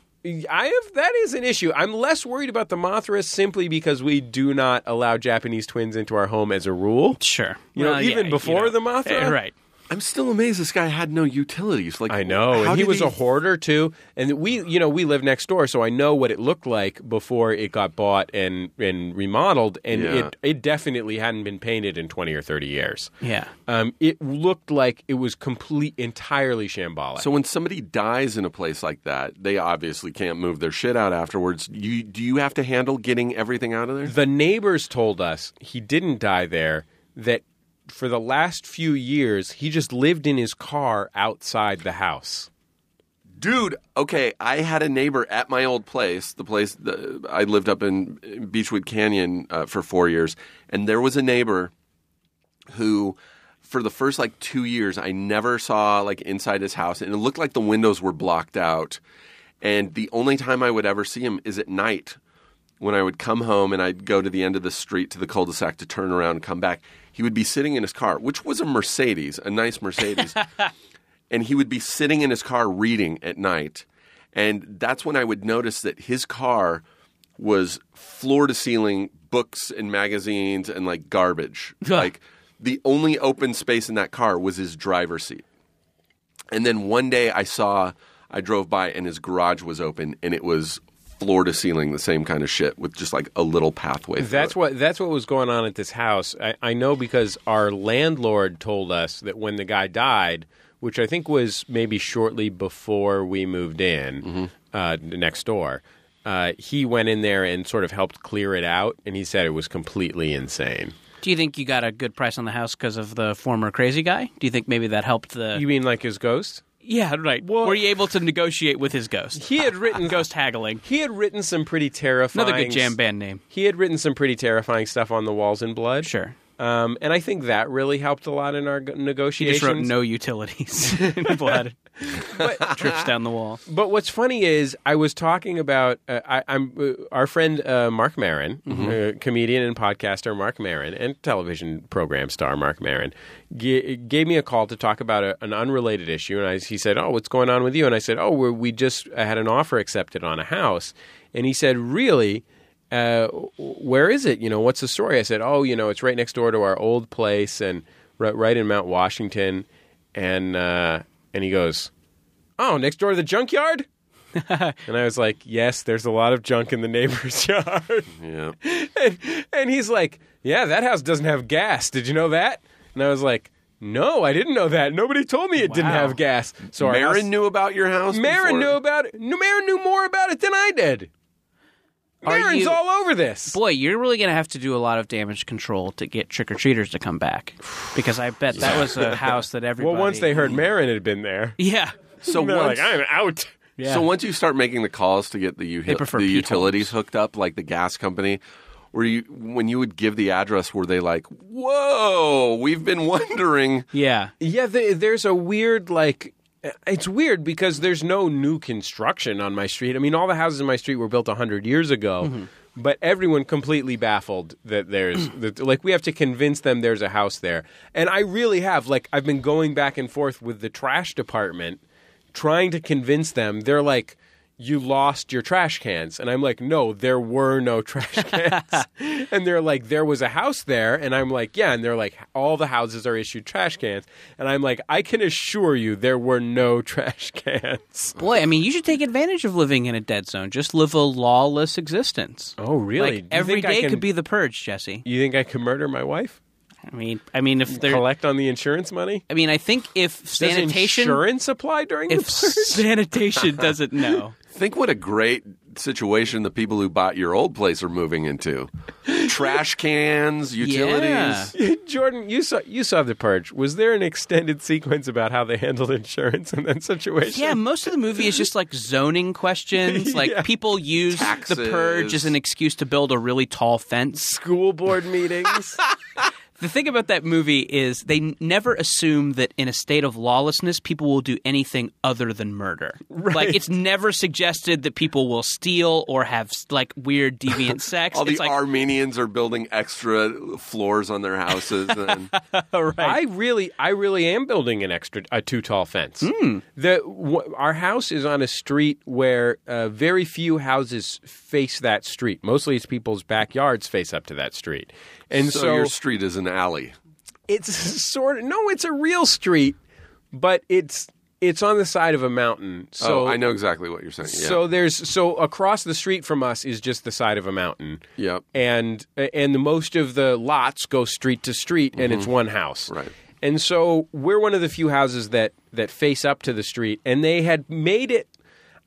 S2: I have that is an issue. I'm less worried about the Mothra simply because we do not allow Japanese twins into our home as a rule.
S3: Sure.
S2: You know,
S3: Well, yeah,
S2: even before
S3: know.
S2: the Mothra,
S3: Eh, [LAUGHS] right?
S4: I'm still amazed this guy had no utilities. Like
S2: I know,
S4: how
S2: and he
S4: did
S2: was a hoarder too. And we, you know, we live next door, so I know what it looked like before it got bought and and remodeled, and
S4: Yeah.
S2: it it definitely hadn't been painted in twenty or thirty years.
S3: Yeah.
S2: Um, it looked like it was complete, entirely shambolic.
S4: So when somebody dies in a place like that, they obviously can't move their shit out afterwards. You do you have to handle getting everything out of there?
S2: The neighbors told us he didn't die there, that for the last few years, he just lived in his car outside the house.
S4: Dude, okay, I had a neighbor at my old place, the place the, I lived up in Beechwood Canyon uh, for 4 years, and there was a neighbor who for the first like 2 years I never saw like inside his house and it looked like the windows were blocked out. And the only time I would ever see him is at night when I would come home and I'd go to the end of the street to the cul-de-sac to turn around and come back. He would be sitting in his car, which was a Mercedes, a nice Mercedes. and he would be sitting in his car reading at night. And that's when I would notice that his car was floor to ceiling books and magazines and like garbage. like the only open space in that car was his driver's seat. And then one day I saw, I drove by and his garage was open and it was floor to ceiling, the same kind of shit with just like a little pathway. through
S2: That's
S4: it.
S2: what that's what was going on at this house. I, I know because our landlord told us that when the guy died, which I think was maybe shortly before we moved in uh, next door, uh, he went in there and sort of helped clear it out, and he said it was completely insane.
S3: Do you think you got a good price on the house because of the former crazy guy? Do you think maybe that helped the?
S2: You mean like his ghost?
S3: yeah, right. Were you able to negotiate with his ghost?
S2: He had written
S3: [LAUGHS] ghost haggling.
S2: He had written some pretty terrifying.
S3: Another good jam band name.
S2: He had written some pretty terrifying stuff on the walls in blood.
S3: Sure.
S2: Um, and I think that really helped a lot in our g-
S3: He
S2: negotiations.
S3: just wrote no utilities
S2: [LAUGHS]
S3: in blood. [LAUGHS] Trips down the wall.
S2: But what's funny is I was talking about uh, I, I'm uh, our friend uh, Mark Marin, uh, comedian and podcaster Mark Marin, and television program star Mark Marin, g- gave me a call to talk about a, an unrelated issue, and I, he said, "Oh, what's going on with you?" And I said, "Oh, we're, we just had an offer accepted on a house," and he said, "Really?" uh, where is it? You know, what's the story? I said, oh, you know, it's right next door to our old place and right, right in Mount Washington. And, uh, and he goes, oh, next door to the
S4: [LAUGHS]
S2: junkyard? and I was like, yes, there's a lot of junk in the neighbor's [LAUGHS] yard.
S4: Yeah.
S2: and, and he's like, yeah, that house doesn't have gas. Did you know that? And I was like, no, I didn't know that. Nobody told me it didn't have gas. So our house-
S4: Marin knew about your house.
S2: Marin
S4: before-
S2: knew about it. No, Marin knew more about it than I did.
S3: Are
S2: Marin's
S3: you-
S2: all over this.
S3: Boy, you're really going to have to do a lot of damage control to get trick or treaters to come back, because I bet that was a house that everybody.
S2: well, once they heard Marin had been there, [LAUGHS]
S3: yeah,
S4: So
S2: they're
S4: once,
S2: like, I'm out.
S4: so once you start making the calls to get the, u-
S3: prefer
S4: the
S3: peat
S4: utilities hooked up, like the gas company, where you when you would give the address, were they like, "Whoa, we've been wondering."
S3: yeah,
S2: Yeah, the, there's a weird like. It's weird because there's no new construction on my street. I mean, all the houses in my street were built hundred years ago, but everyone completely baffled that there's that, like we have to convince them there's a house there. And I really have like I've been going back and forth with the trash department trying to convince them. They're like, "You lost your trash cans," and I'm like, "No, there were no [LAUGHS] trash cans." and they're like, "There was a house there," and I'm like, "Yeah," and they're like, "All the houses are issued trash cans," and I'm like, "I can assure you, there were no [LAUGHS] trash cans."
S3: boy, I mean, you should take advantage of living in a dead zone. Just live a lawless existence.
S2: Oh, really?
S3: Like, every day could be the purge, Jesse.
S2: You think I can murder my wife?
S3: I mean, I mean, if there,
S2: Collect on the insurance money?
S3: I mean, I think if
S2: Does
S3: sanitation,
S2: insurance apply during
S3: if
S2: the purge?
S3: [LAUGHS] sanitation doesn't know,
S4: Think what a great situation the people who bought your old place are moving into:
S2: [LAUGHS]
S4: trash cans, utilities.
S3: Yeah.
S2: [LAUGHS] Jordan, you saw you saw the purge. Was there an extended sequence about how they handled insurance in that situation?
S3: Yeah, most of the movie is just like
S2: [LAUGHS]
S3: zoning questions. Like
S2: Yeah.
S3: people use the purge
S4: Taxes.
S3: as an excuse to build a really tall fence.
S2: School board [LAUGHS] meetings.
S3: The thing about that movie is they n- never assume that in a state of lawlessness, people will do anything other than murder. Like it's never suggested that people will steal or have like
S2: [LAUGHS]
S3: weird deviant sex.
S4: All the
S3: it's like,
S4: Armenians are building extra floors on
S2: [LAUGHS]
S4: their houses. and
S2: I really, I really am building an extra a too tall fence.
S4: Hmm.
S2: The w- our house is on a street where uh, very few houses face that street. Mostly, it's people's backyards face up to that street, and
S4: so,
S2: so,
S4: your street is an alley.
S2: [LAUGHS] it's sort of no, it's a real street, but it's it's on the side of a mountain. So
S4: oh, I know exactly what you're saying. Yeah.
S2: So there's so across the street from us is just the side of a mountain.
S4: Yep.
S2: And and the most of the lots go street to street and it's one house.
S4: Mm-hmm. Right.
S2: And so we're one of the few houses that that face up to the street and they had made it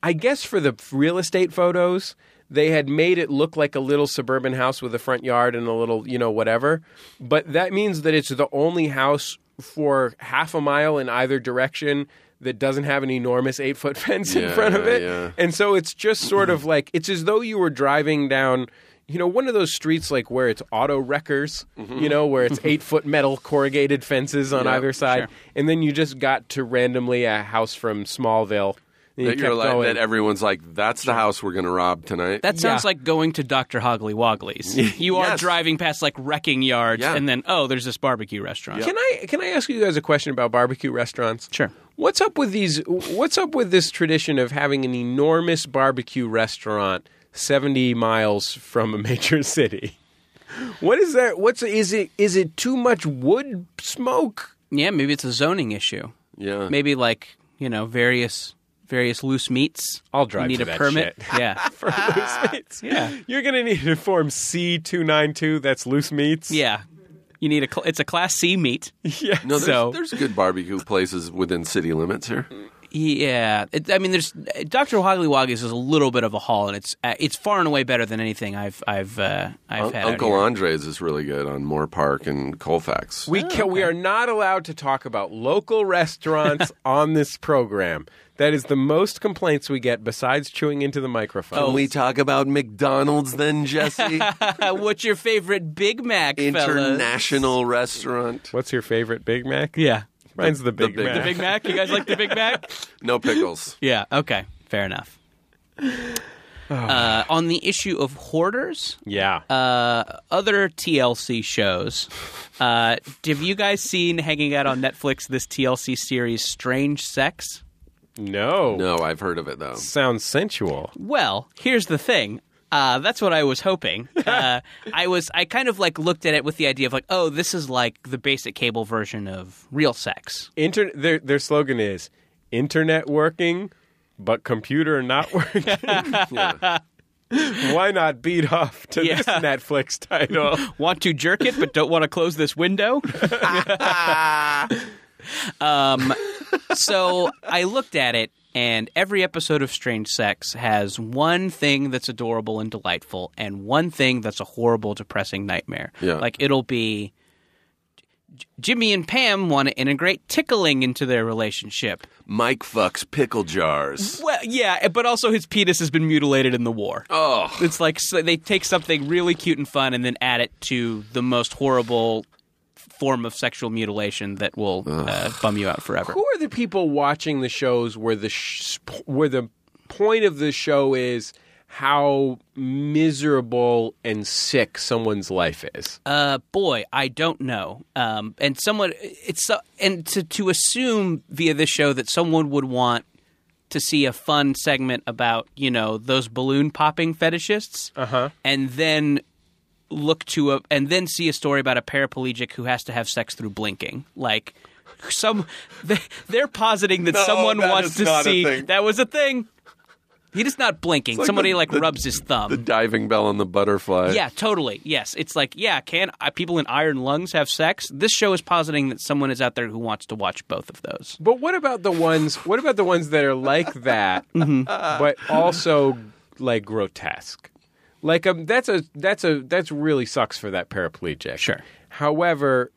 S2: I guess for the real estate photos they had made it look like a little suburban house with a front yard and a little, you know, whatever. But that means that it's the only house for half a mile in either direction that doesn't have an enormous eight foot [LAUGHS] fence in
S4: Yeah,
S2: front of
S4: yeah,
S2: it.
S4: yeah.
S2: [LAUGHS] And so it's just sort of like it's as though you were driving down, you know, one of those streets like where it's auto wreckers, you know, where
S4: [LAUGHS]
S2: it's eight foot metal corrugated fences on
S4: Mm-hmm. Yeah,
S2: either side, and then you just got to randomly a house from Smallville. And you
S4: that you're
S2: kept
S4: like
S2: going.
S4: that everyone's like that's the house we're going to rob tonight.
S3: that sounds
S2: Yeah.
S3: like going to Dr. Hoggly Woggly's.
S2: [LAUGHS]
S3: You are
S4: Yes.
S3: driving past like wrecking yards,
S4: Yeah.
S3: and then, oh, there's this barbecue restaurant.
S2: Can I can I ask you guys a question about barbecue restaurants?
S3: Sure.
S2: What's up with these? What's up with this tradition of having an enormous barbecue restaurant seventy miles from a major [LAUGHS] city? What is that? What's is it? Is it too much wood smoke?
S3: Yeah, maybe it's a zoning issue.
S4: yeah.
S3: Maybe like you know various various loose meats.
S2: I'll drive
S3: You need
S2: to that
S3: a permit.
S2: shit. [LAUGHS]
S3: Yeah,
S2: For loose meats,
S3: Yeah.
S2: you're gonna need a form C two nine two. That's loose meats.
S3: yeah. You need a. Cl- it's a class C meat.
S2: yeah.
S4: No, there's,
S2: so
S4: there's good barbecue places within city limits here.
S3: Yeah, it, I mean, there's Doctor Wogglywoggies is a little bit of a haul, and it's uh, it's far and away better than anything I've I've uh, I've
S4: Un-
S3: had. out
S4: Uncle
S3: here.
S4: Andre's is really good on Moore Park and Colfax.
S3: Oh,
S2: We can, we are not allowed to talk about local restaurants
S3: [LAUGHS]
S2: on this program. That is the most complaints we get besides chewing into the microphone.
S3: Oh,
S4: Can we talk about McDonald's
S2: [LAUGHS]
S4: then, Jesse?
S3: Uh, [LAUGHS] what's your favorite Big Mac, fellas?
S4: International restaurant.
S2: What's your favorite Big Mac?
S3: Yeah,
S2: Mine's the Big
S4: Big-
S2: Mac.
S4: the
S3: Big Mac. You guys like the Big Mac?
S4: No pickles.
S3: Yeah. Okay. Fair enough. Uh, on the issue of hoarders,
S2: yeah.
S3: other TLC shows. Uh, have you guys seen hanging out on Netflix this TLC series, Strange Sex?
S2: no.
S4: No, I've heard of it though.
S2: Sounds sensual.
S3: Well, here's the thing. Uh, that's what I was hoping. Uh, I was I kind of like looked at it with the idea of like, oh, this is like the basic cable version of real sex.
S2: Inter- their their slogan is internet working, but computer [LAUGHS] not working. Why not beat off to this
S3: Yeah.
S2: Netflix title?
S3: [LAUGHS] want to jerk it but don't want to close this window. [LAUGHS] um, so I looked at it, and every episode of Strange Sex has one thing that's adorable and delightful, and one thing that's a horrible, depressing nightmare.
S4: Yeah.
S3: Like it'll be. J- Jimmy and Pam want to integrate tickling into their relationship.
S4: Mike fucks pickle jars.
S3: Well, yeah, eh, but also his penis has been mutilated in the war.
S4: Oh,
S3: It's like so they take something really cute and fun and then add it to the most horrible form of sexual mutilation that will uh, bum you out forever.
S2: Who are the people watching the shows where the sh- where the point of the show is how miserable and sick someone's life is?
S3: Uh, boy, I don't know. Um, and someone, it's so, and to to assume via this show that someone would want to see a fun segment about you know those balloon popping fetishists, uh-huh. and then look to a and then see a story about a paraplegic who has to have sex through blinking, like. Some they, they're positing that
S4: No,
S3: someone
S4: that
S3: wants
S4: is
S3: to
S4: not a
S3: see
S4: thing.
S3: that was a thing. He just not blinking.
S4: like
S3: Somebody
S4: the-
S3: like
S4: the-
S3: rubs his thumb.
S4: the diving bell on the butterfly.
S3: Yeah, totally. Yes, it's like yeah, can uh, people in iron lungs have sex? This show is positing that someone is out there who wants to watch both of those.
S2: But what about the ones? What about the ones that are like
S3: [LAUGHS]
S2: that,
S3: Mm-hmm.
S2: but also like grotesque? Like um, that's a that's a that's really sucks for that paraplegic.
S3: Sure.
S2: However,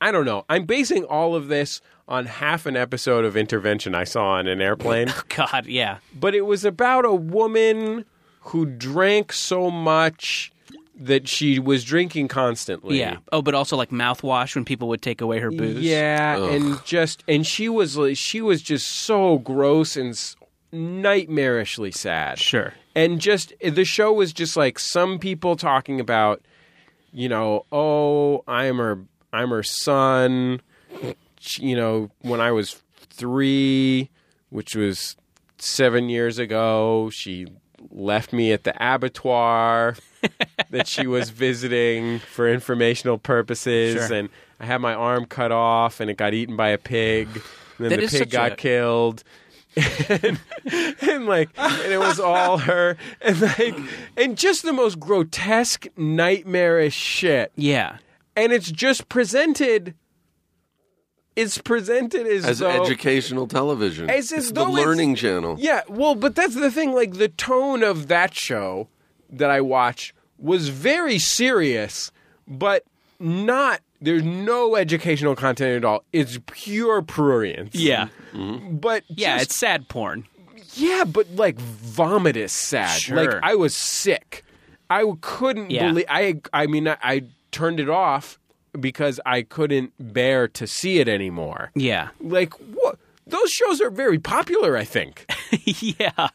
S2: I don't know. I'm basing all of this on half an episode of Intervention I saw on an
S3: [LAUGHS]
S2: airplane.
S3: God, yeah,
S2: but it was about a woman who drank so much that she was drinking constantly.
S3: yeah. Oh, but also like mouthwash when people would take away her booze.
S2: Yeah, and just and she was like- she was just so gross and s- nightmarishly sad.
S3: Sure.
S2: And just the show was just like some people talking about, you know, oh, I'm her I'm her son. She- You know, when I was 3, which was 7 years ago, she left me at the
S3: [LAUGHS]
S2: abattoir that she was visiting for informational purposes
S3: Sure.
S2: and I had my arm cut off and it got eaten by a pig. And then
S3: That
S2: the
S3: is
S2: pig
S3: such
S2: got
S3: a-
S2: killed. and, and [LAUGHS] like and it was all her and like and just the most grotesque nightmarish shit
S3: yeah.
S2: and it's just presented it's presented as,
S4: As
S2: though,
S4: educational television.
S2: As if
S4: it's the
S2: though it's-
S4: learning channel.
S2: yeah, well, but that's the thing. Like the tone of that show that I watched was very serious, but not. There's no educational content at all. It's pure prurience.
S3: Yeah,
S2: but
S3: Mm-hmm. yeah,
S2: just-
S3: it's sad porn.
S2: yeah, but like vomitous sad.
S3: Sure.
S2: Like I was sick. I couldn't
S3: Yeah.
S2: believe. I I mean I, I turned it off because I couldn't bear to see it anymore.
S3: Yeah,
S2: Like what? Those shows are very popular. I think.
S3: [LAUGHS] yeah,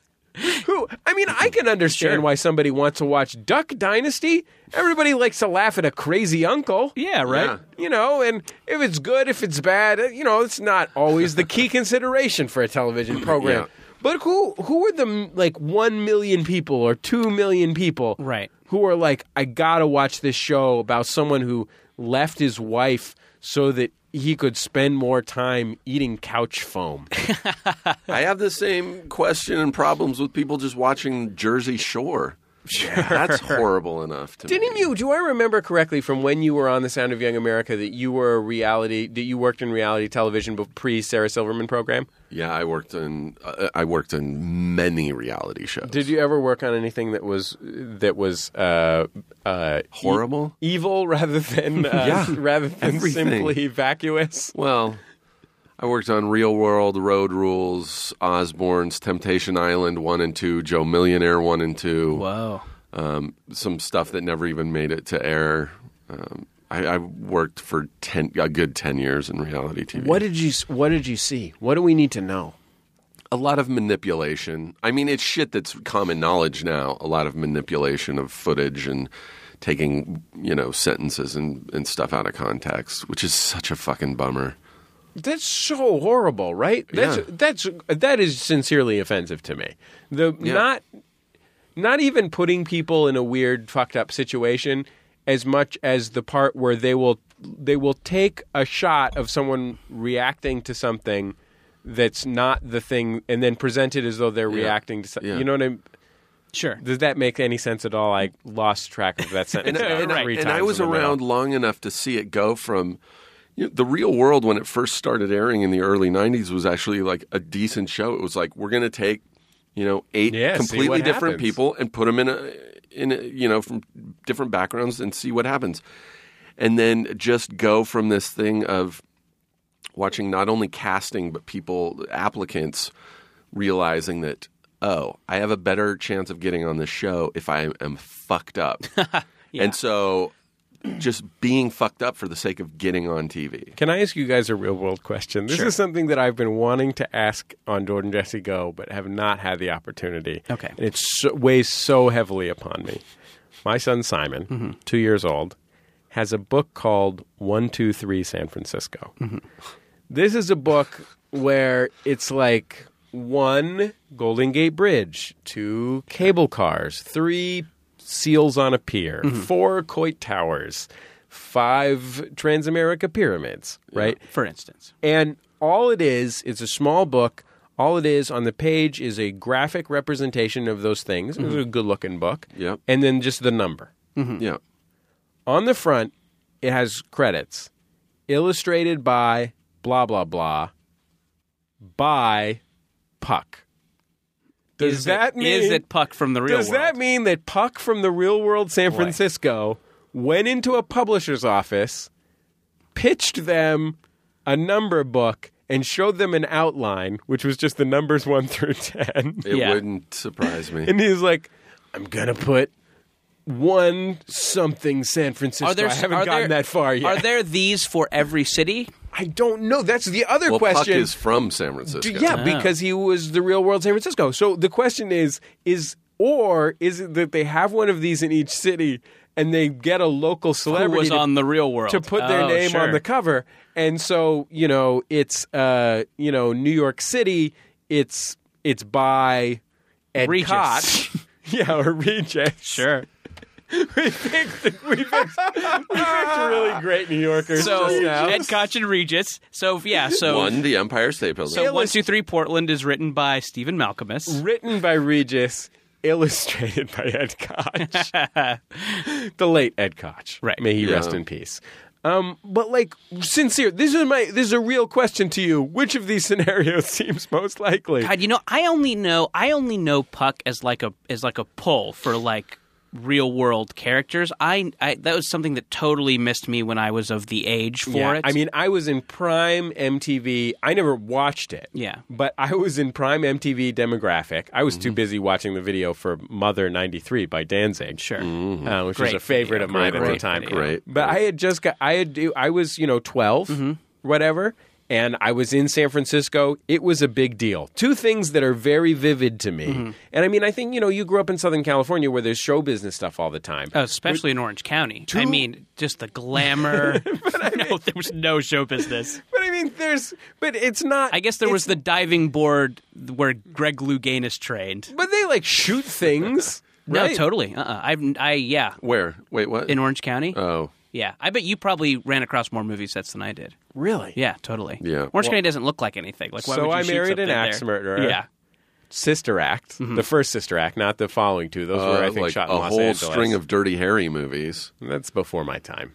S2: Who? I mean, I can understand
S3: Sure.
S2: why somebody wants to watch Duck Dynasty. Everybody likes to laugh at a crazy uncle.
S3: yeah. Right.
S2: You know, and if it's good, if it's bad, uh, you know, it's not always the key [LAUGHS] consideration for a television program.
S4: Yeah.
S2: But who who are the m- like 1 million people or 2 million people
S3: Right.
S2: who are like I got to watch this show about someone who left his wife so that he could spend more time eating couch foam.
S4: I have the same question and problems with people just watching Jersey Shore. That's horrible enough to
S2: Didn't
S4: me.
S2: you? Do I remember correctly from when you were on The Sound of Young America that you were a reality that you worked in reality television pre Sarah Silverman program?
S4: Yeah, I worked in uh, I worked in many reality shows.
S2: Did you ever work on anything that was that was uh, uh,
S4: horrible?
S2: evil rather than uh,
S4: Yeah.
S2: rather than
S4: Everything.
S2: simply vacuous?
S4: Well, I worked on Real World, Road Rules, Osborne's, Temptation Island 1 and 2, Joe Millionaire 1 and 2.
S3: Whoa.
S4: um, some stuff that never even made it to air. Um, I, I worked for ten, a good ten years in reality TV.
S2: did you What did you see? What do we need to know?
S4: a lot of manipulation. I mean, it's shit that's common knowledge now. A lot of manipulation of footage and taking you know sentences and, and stuff out of context, which is such a fucking bummer.
S2: That's so horrible, right? That's
S4: Yeah.
S2: that's that is sincerely offensive to me. The
S4: Yeah.
S2: not not even putting people in a weird fucked up situation as much as the part where they will they will take a shot of someone reacting to something that's not the thing, and then present it as though they're
S4: Yeah.
S2: reacting to something.
S4: Yeah.
S2: You know what I'm?
S3: Sure.
S2: Does that make any sense at all? I lost track of that sentence.
S4: and,
S2: about
S4: and I-
S2: three
S4: and I
S2: times
S4: was
S2: in a row.
S4: around long enough to see it go from you know, the real world when it first started airing in the early 90s was actually like a decent show it was like we're going to take you know eight
S2: Yeah, see
S4: completely
S2: what
S4: different
S2: happens.
S4: people and put them in a in a, you know from different backgrounds and see what happens and then just go from this thing of watching not only casting but people applicants realizing that oh i have a better chance of getting on this show if i am
S2: [LAUGHS]
S4: fucked up and so just being fucked up for the sake of getting on tv
S2: Can I ask you guys a real world question? This is something that I've been wanting to ask on Jordan Jesse Go, but have not had the opportunity.
S3: Okay.
S2: And it so, weighs so heavily upon me. My son Simon, two years old, has a book called 123 San Francisco. This is a book where it's like one Golden Gate Bridge, two cable cars, three seals on a pier, four coit towers, five Transamerica pyramids, right?
S3: For instance.
S2: And all it is, it's a small book. All it is on the page is a graphic representation of those things. It's a
S3: Mm-hmm.
S2: good looking book.
S4: Yep.
S2: And then just the number.
S4: yeah
S2: On the front, it has credits illustrated by blah, blah, blah, by Puck. Does
S3: is
S2: that
S3: it,
S2: mean.
S3: is it Puck from the real
S2: Does
S3: world?
S2: that mean that Puck from the real world San Francisco went into a publisher's office, pitched them a number book, and showed them an outline, which was just the numbers [LAUGHS] one through ten?
S4: it
S3: Yeah.
S4: wouldn't surprise me
S2: [LAUGHS] And he was like, I'm gonna put one something San Francisco.
S3: Are there?
S2: I haven't
S3: are
S2: gotten
S3: there-
S2: that far yet.
S3: Are there these for every city?
S2: I don't know. That's the other
S4: well
S2: question.
S4: puck is from san francisco
S2: D- Yeah, because he was the real world San Francisco. So the question is is or is it that they have one of these in each city and they get a local
S3: Who
S2: celebrity
S3: was
S2: to,
S3: on the real world
S2: to put their
S3: Oh,
S2: name
S3: sure.
S2: on the cover? And so, you know, it's uh, you know, New York City, it's it's by Ed
S3: Regis. [LAUGHS]
S2: Koch. [LAUGHS] Yeah, or Regis.
S3: Sure.
S2: [LAUGHS] we picked, we picked, we picked really great New Yorkers.
S3: So
S2: just now.
S3: Ed Koch and Regis. So yeah. So
S4: one the empire state building
S3: So one two three Portland is written by Stephen Malcolmus.
S2: written by Regis, illustrated by Ed Koch,
S3: [LAUGHS]
S2: the late Ed Koch.
S3: Right.
S2: May he
S4: Yeah.
S2: rest in peace. Um, but like sincere, this is my this is a real question to you. Which of these scenarios [LAUGHS] seems most likely?
S3: God, you know, I only know I only know Puck as like a as like a pull for like real world characters. I, I that was something that totally missed me when I was of the age for
S2: yeah,
S3: it.
S2: I mean, I was in prime MTV. I never watched it.
S3: Yeah. Mm-hmm.
S2: But I was in prime MTV demographic. I was too busy watching the video for Mother 93 by Danzig. Sure. Uh, which was
S3: Great
S2: a favorite
S3: video.
S2: of mine
S4: Great
S2: at the
S4: video.
S2: time.
S4: Great.
S2: But I had just got, I had, I was, you know, 12,
S3: Mm-hmm.
S2: whatever. And I was in San Francisco. It was a big deal. Two things that are very vivid to me.
S3: Mm-hmm.
S2: And I mean, I think, you know, you grew up in Southern California where there's show business stuff all the time.
S3: Uh especially in Orange County. I mean, just the [LAUGHS] glamour. no, there was no show business.
S2: but I mean, there's, but it's not.
S3: I guess there
S2: it's
S3: was the diving board where Greg Louganis trained.
S2: But they like shoot things.
S3: [LAUGHS] No,
S2: right?
S3: totally. Uh-uh. I've I yeah
S4: where wait what
S3: in Orange County.
S4: oh
S3: yeah, I bet you probably ran across more movie sets than I did.
S2: Really?
S3: Yeah, totally.
S4: Yeah.
S3: Orange County doesn't look like anything. Like, why
S2: So
S3: would you
S2: I
S3: shoot
S2: married an
S3: something
S2: axe
S3: there?
S2: murderer.
S3: Yeah.
S2: Sister Act, the first Sister Act, not the following two. Those were, I
S4: Mm-hmm. Uh,
S2: think,
S4: like
S2: shot
S4: a
S2: in Los
S4: whole
S2: Angeles.
S4: string of dirty harry movies
S2: That's before my time.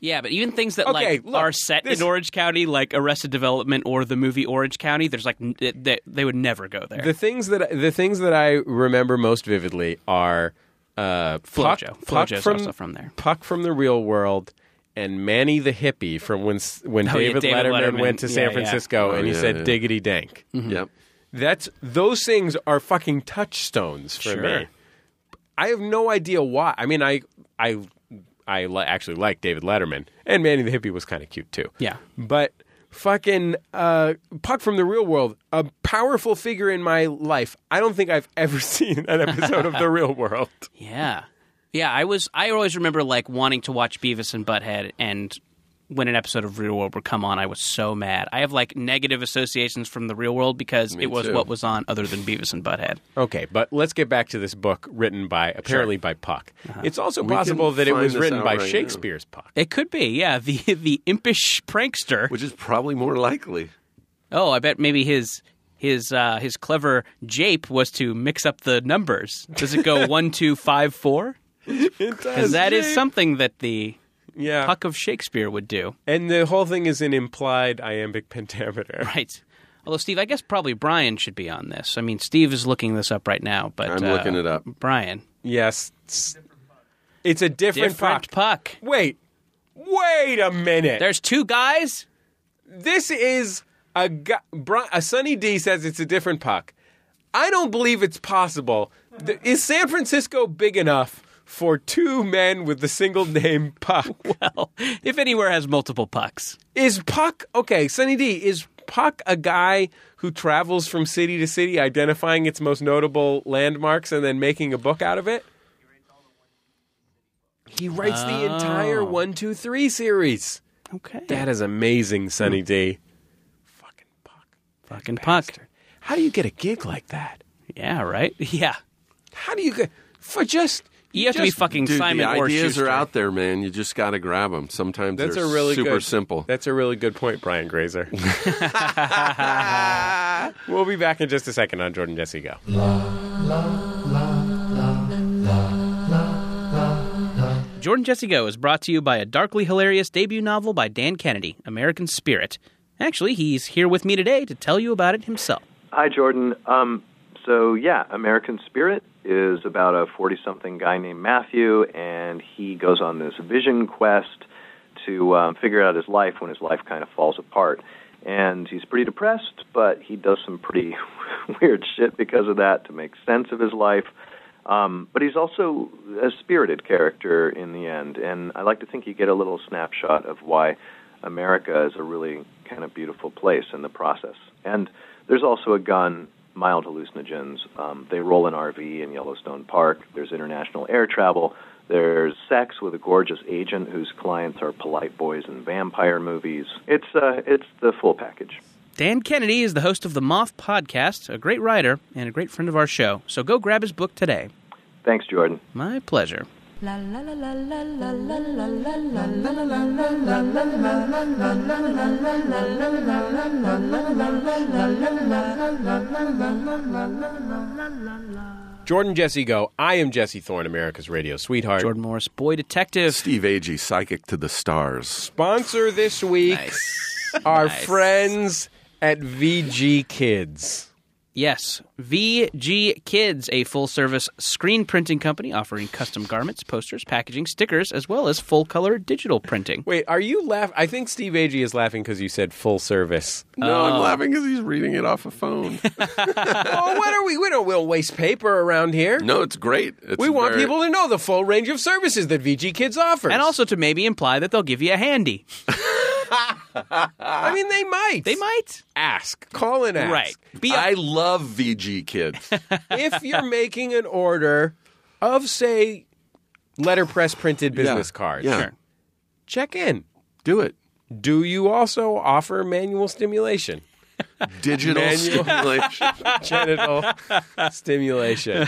S3: Yeah, but even things that
S2: Okay,
S3: like
S2: look,
S3: are set
S2: this-
S3: in Orange County, like Arrested Development or the movie Orange County, there's like n- it- they, they would never go there.
S2: The things that the things that I remember most vividly are uh, Puck,
S3: Flojo.
S2: Puck
S3: Flojo's
S2: from,
S3: also from there.
S2: Puck from the Real World. And Manny the hippie from when s- when
S3: Oh, yeah,
S2: David,
S3: David
S2: Letterman,
S3: Letterman.
S2: went to
S3: Yeah,
S2: San
S3: yeah.
S2: Francisco and he
S4: Oh, yeah,
S2: said
S4: yeah.
S2: "diggity dank."
S4: yep
S2: That's those things are fucking touchstones for
S3: Sure.
S2: me. I have no idea why. I mean, I I I li- actually like David Letterman and Manny the Hippie was kind of cute too.
S3: Yeah.
S2: but fucking uh, Puck from the Real World, a powerful figure in my life. I don't think I've [LAUGHS] ever seen an episode of the Real World.
S3: yeah, yeah. I was I always remember like wanting to watch Beavis and Butthead, and when an episode of Real World would come on, I was so mad. I have like negative associations from the Real World because it was
S4: too.
S3: what was on other than Beavis and Butthead.
S2: Okay, but let's get back to this book written by apparently by Puck. It's also
S4: can
S2: possible that it
S4: find
S2: was
S4: this
S2: written
S4: out
S2: by
S4: right now.
S2: Shakespeare's Puck.
S3: [LAUGHS] It could be, yeah. The the impish prankster.
S4: which is probably more likely
S3: Oh, I bet maybe his his uh, his clever jape was to mix up the numbers. Does it
S4: [LAUGHS]
S3: go one two five four? Because that is something that the
S2: yeah.
S3: puck of Shakespeare would do,
S2: And the whole thing is an implied iambic pentameter.
S3: right? Although Steve, I guess probably Brian should be on this. I mean, Steve is looking this up right now, but
S4: I'm
S3: uh,
S4: looking it up.
S3: Brian,
S2: Yes. It's, it's a different,
S3: different
S2: puck.
S3: puck.
S2: Wait. Wait a minute.
S3: There's two guys. [LAUGHS]
S2: this is a gu- Bri- a Sunny D says it's a different puck. I don't believe it's possible. Th- Is San Francisco big enough for two men with the single name Puck?
S3: Well, Oh, if anywhere has multiple pucks,
S2: Is Puck okay? Sunny D is Puck a guy who travels from city to city, identifying its most notable landmarks and then making a book out of it? He writes the entire one, two, three series.
S3: okay,
S2: Oh. That is amazing, Sunny D. Fucking Puck.
S3: fucking puck.
S2: How do you get a gig like that?
S3: Yeah, right. [LAUGHS] Yeah,
S2: How do you get for just
S3: you have to be
S2: just-
S3: fucking
S4: Dude,
S3: Simon
S4: the
S3: or
S4: ideas
S3: Schuster.
S4: are out there, man. You just got to grab them. Sometimes
S2: That's
S4: they're
S2: a really
S4: super
S2: good,
S4: simple.
S2: That's a really good point, Brian
S4: [LAUGHS]
S2: Grazer. [LAUGHS] we'll be back in just a second on Jordan Jesse Go.
S3: Jordan Jesse Go is brought to you by a darkly hilarious debut novel by Dan Kennedy, American Spirit. Actually, he's here with me today to tell you about it himself.
S7: Hi, Jordan. Um, so, yeah, American Spirit is about a 40 something guy named Matthew, and he goes on this vision quest to um, figure out his life when his life kind of falls apart. And he's pretty depressed, but he does some pretty [LAUGHS] weird shit because of that to make sense of his life. Um, but he's also a spirited character in the end, and I like to think you get a little snapshot of why America is a really kind of beautiful place in the process. And there's also a gun, mild hallucinogens. Um, they roll an RV in Yellowstone Park. There's international air travel. There's sex with a gorgeous agent whose clients are polite boys in vampire movies. It's uh, it's the full package.
S3: Dan Kennedy is the host of the Moth Podcast, a great writer and a great friend of our show. So go grab his book today.
S7: Thanks, Jordan.
S3: My pleasure.
S1: La la la la la la la la la la
S2: Jordan Jesse Go. I am Jesse Thorne, America's radio sweetheart.
S3: Jordan Morris, Boy Detective.
S4: Steve Agee, Psychic to the Stars.
S2: Sponsor this week our friends at VG Kids.
S3: Yes, VG Kids, a full service screen printing company offering custom garments, posters, packaging, stickers, as well as full color digital printing.
S2: Wait, are you laugh? I think Steve Agee is laughing because you said full
S3: [LAUGHS]
S2: service.
S4: No, I'm laughing because he's reading it off
S2: [LAUGHS]
S4: a phone.
S2: oh, what are we? We don't we'll waste paper around here.
S4: no, it's great. It's
S2: We want
S4: very-
S2: people to know the full range of services that VG Kids offers.
S3: And also to maybe imply that they'll give you a handy.
S2: I mean, they might.
S3: uh, They might.
S2: ask. Call and ask.
S3: Right. [LAUGHS] Be
S4: I love VG Kids.
S2: if you're making an order of, say, letterpress printed business cards,
S4: Yeah.
S3: Sure.
S2: check in. [LAUGHS]
S4: Do it.
S2: Do you also offer manual stimulation?
S4: Digital
S2: Manual.
S4: stimulation.
S2: [LAUGHS] Genital stimulation.